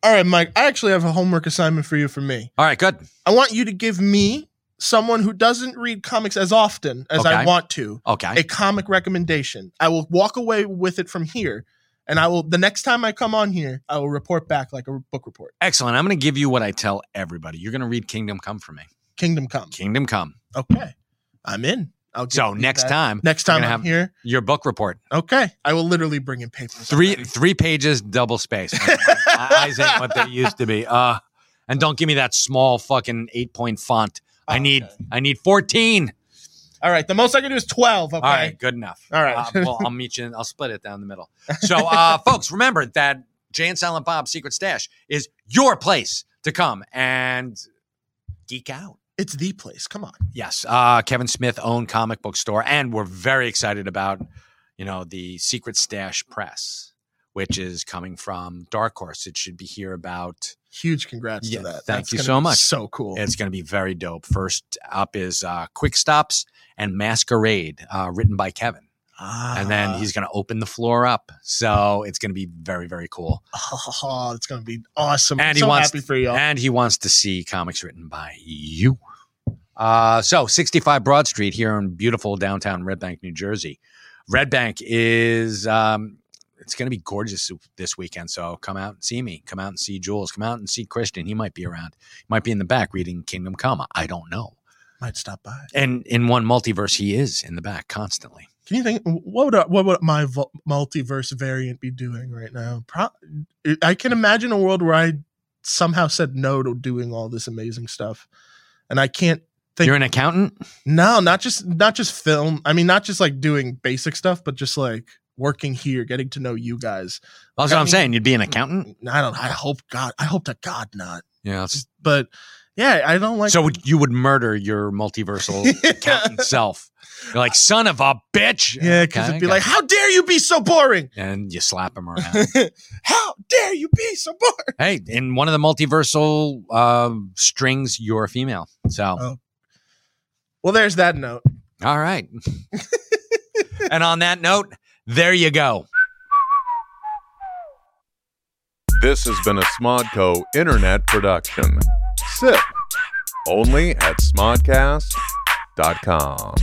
S1: All right, Mike. I actually have a homework assignment for you from me.
S2: All right. Good.
S1: I want you to give me someone who doesn't read comics as often as I
S2: Okay.
S1: want to
S2: Okay.
S1: a comic recommendation. I will walk away with it from here, and I will the next time I come on here, I will report back like a book report.
S2: Excellent. I'm going to give you what I tell everybody. You're going to read Kingdom Come for me.
S1: Kingdom Come.
S2: Kingdom Come.
S1: Okay, I'm in. I'll give
S2: So
S1: you
S2: next
S1: that.
S2: time,
S1: Next time
S2: gonna
S1: I'm
S2: have-
S1: here,
S2: your book report
S1: okay, I will literally bring in paper.
S2: three three pages double space. My eyes ain't what they used to be. Uh, and don't give me that small fucking eight point font. I need
S1: Oh, Okay.
S2: I need fourteen.
S1: All right, the most I can do is twelve. Okay.
S2: All right, good enough.
S1: All right.
S2: Uh, well, I'll meet you. In, I'll split it down the middle. So, uh, folks, remember that Jay and Silent Bob Secret Stash is your place to come and geek out.
S1: It's the place. Come on.
S2: Yes, uh, Kevin Smith owned comic book store, and we're very excited about you know the Secret Stash Press, which is coming from Dark Horse. It should be here about.
S1: Huge congrats
S2: Yeah,
S1: to that.
S2: thank
S1: That's
S2: you
S1: gonna
S2: so
S1: be
S2: much.
S1: So cool.
S2: It's going to be very dope. First up is uh, Quick Stops and Masquerade, uh, written by Kevin,
S1: Ah,
S2: and
S1: Uh-huh.
S2: then he's going to open the floor up. So it's going to be very very cool.
S1: Oh, it's gonna be awesome.
S2: And
S1: I'm
S2: he
S1: so
S2: wants-
S1: happy for y'all.
S2: And he wants to see comics written by you. Uh, so 65 Broad Street here in beautiful downtown Red Bank, New Jersey. Red Bank is um, it's going to be gorgeous this weekend. So come out and see me. Come out and see Jules. Come out and see Christian. He might be around. He might be in the back reading Kingdom Come. I don't know.
S1: Might stop by.
S2: And in one multiverse, he is in the back constantly.
S1: Can you think what would what would my vo- multiverse variant be doing right now? Pro- I can imagine a world where I somehow said no to doing all this amazing stuff, and I can't. Think-
S2: You're an accountant.
S1: No, not just not just film. I mean, not just like doing basic stuff, but just like working here, getting to know you guys.
S2: That's what
S1: I
S2: I'm
S1: mean-
S2: saying. You'd be an accountant.
S1: I don't. I hope God. I hope to God not.
S2: Yeah. that's-
S1: But yeah, I don't like.
S2: so would- you would murder your multiversal accountant self. You're like, son of a bitch.
S1: yeah, because
S2: Okay,
S1: it'd be
S2: okay.
S1: like, how dare you be so boring?
S2: and you slap him around.
S1: how dare you be so boring?
S2: hey, in one of the multiversal uh, strings, you're a female. So,
S1: Oh. Well, there's that note.
S2: all right. and on that note, there you go.
S3: This has been a Smodco internet production. Sip only at smodcast.com.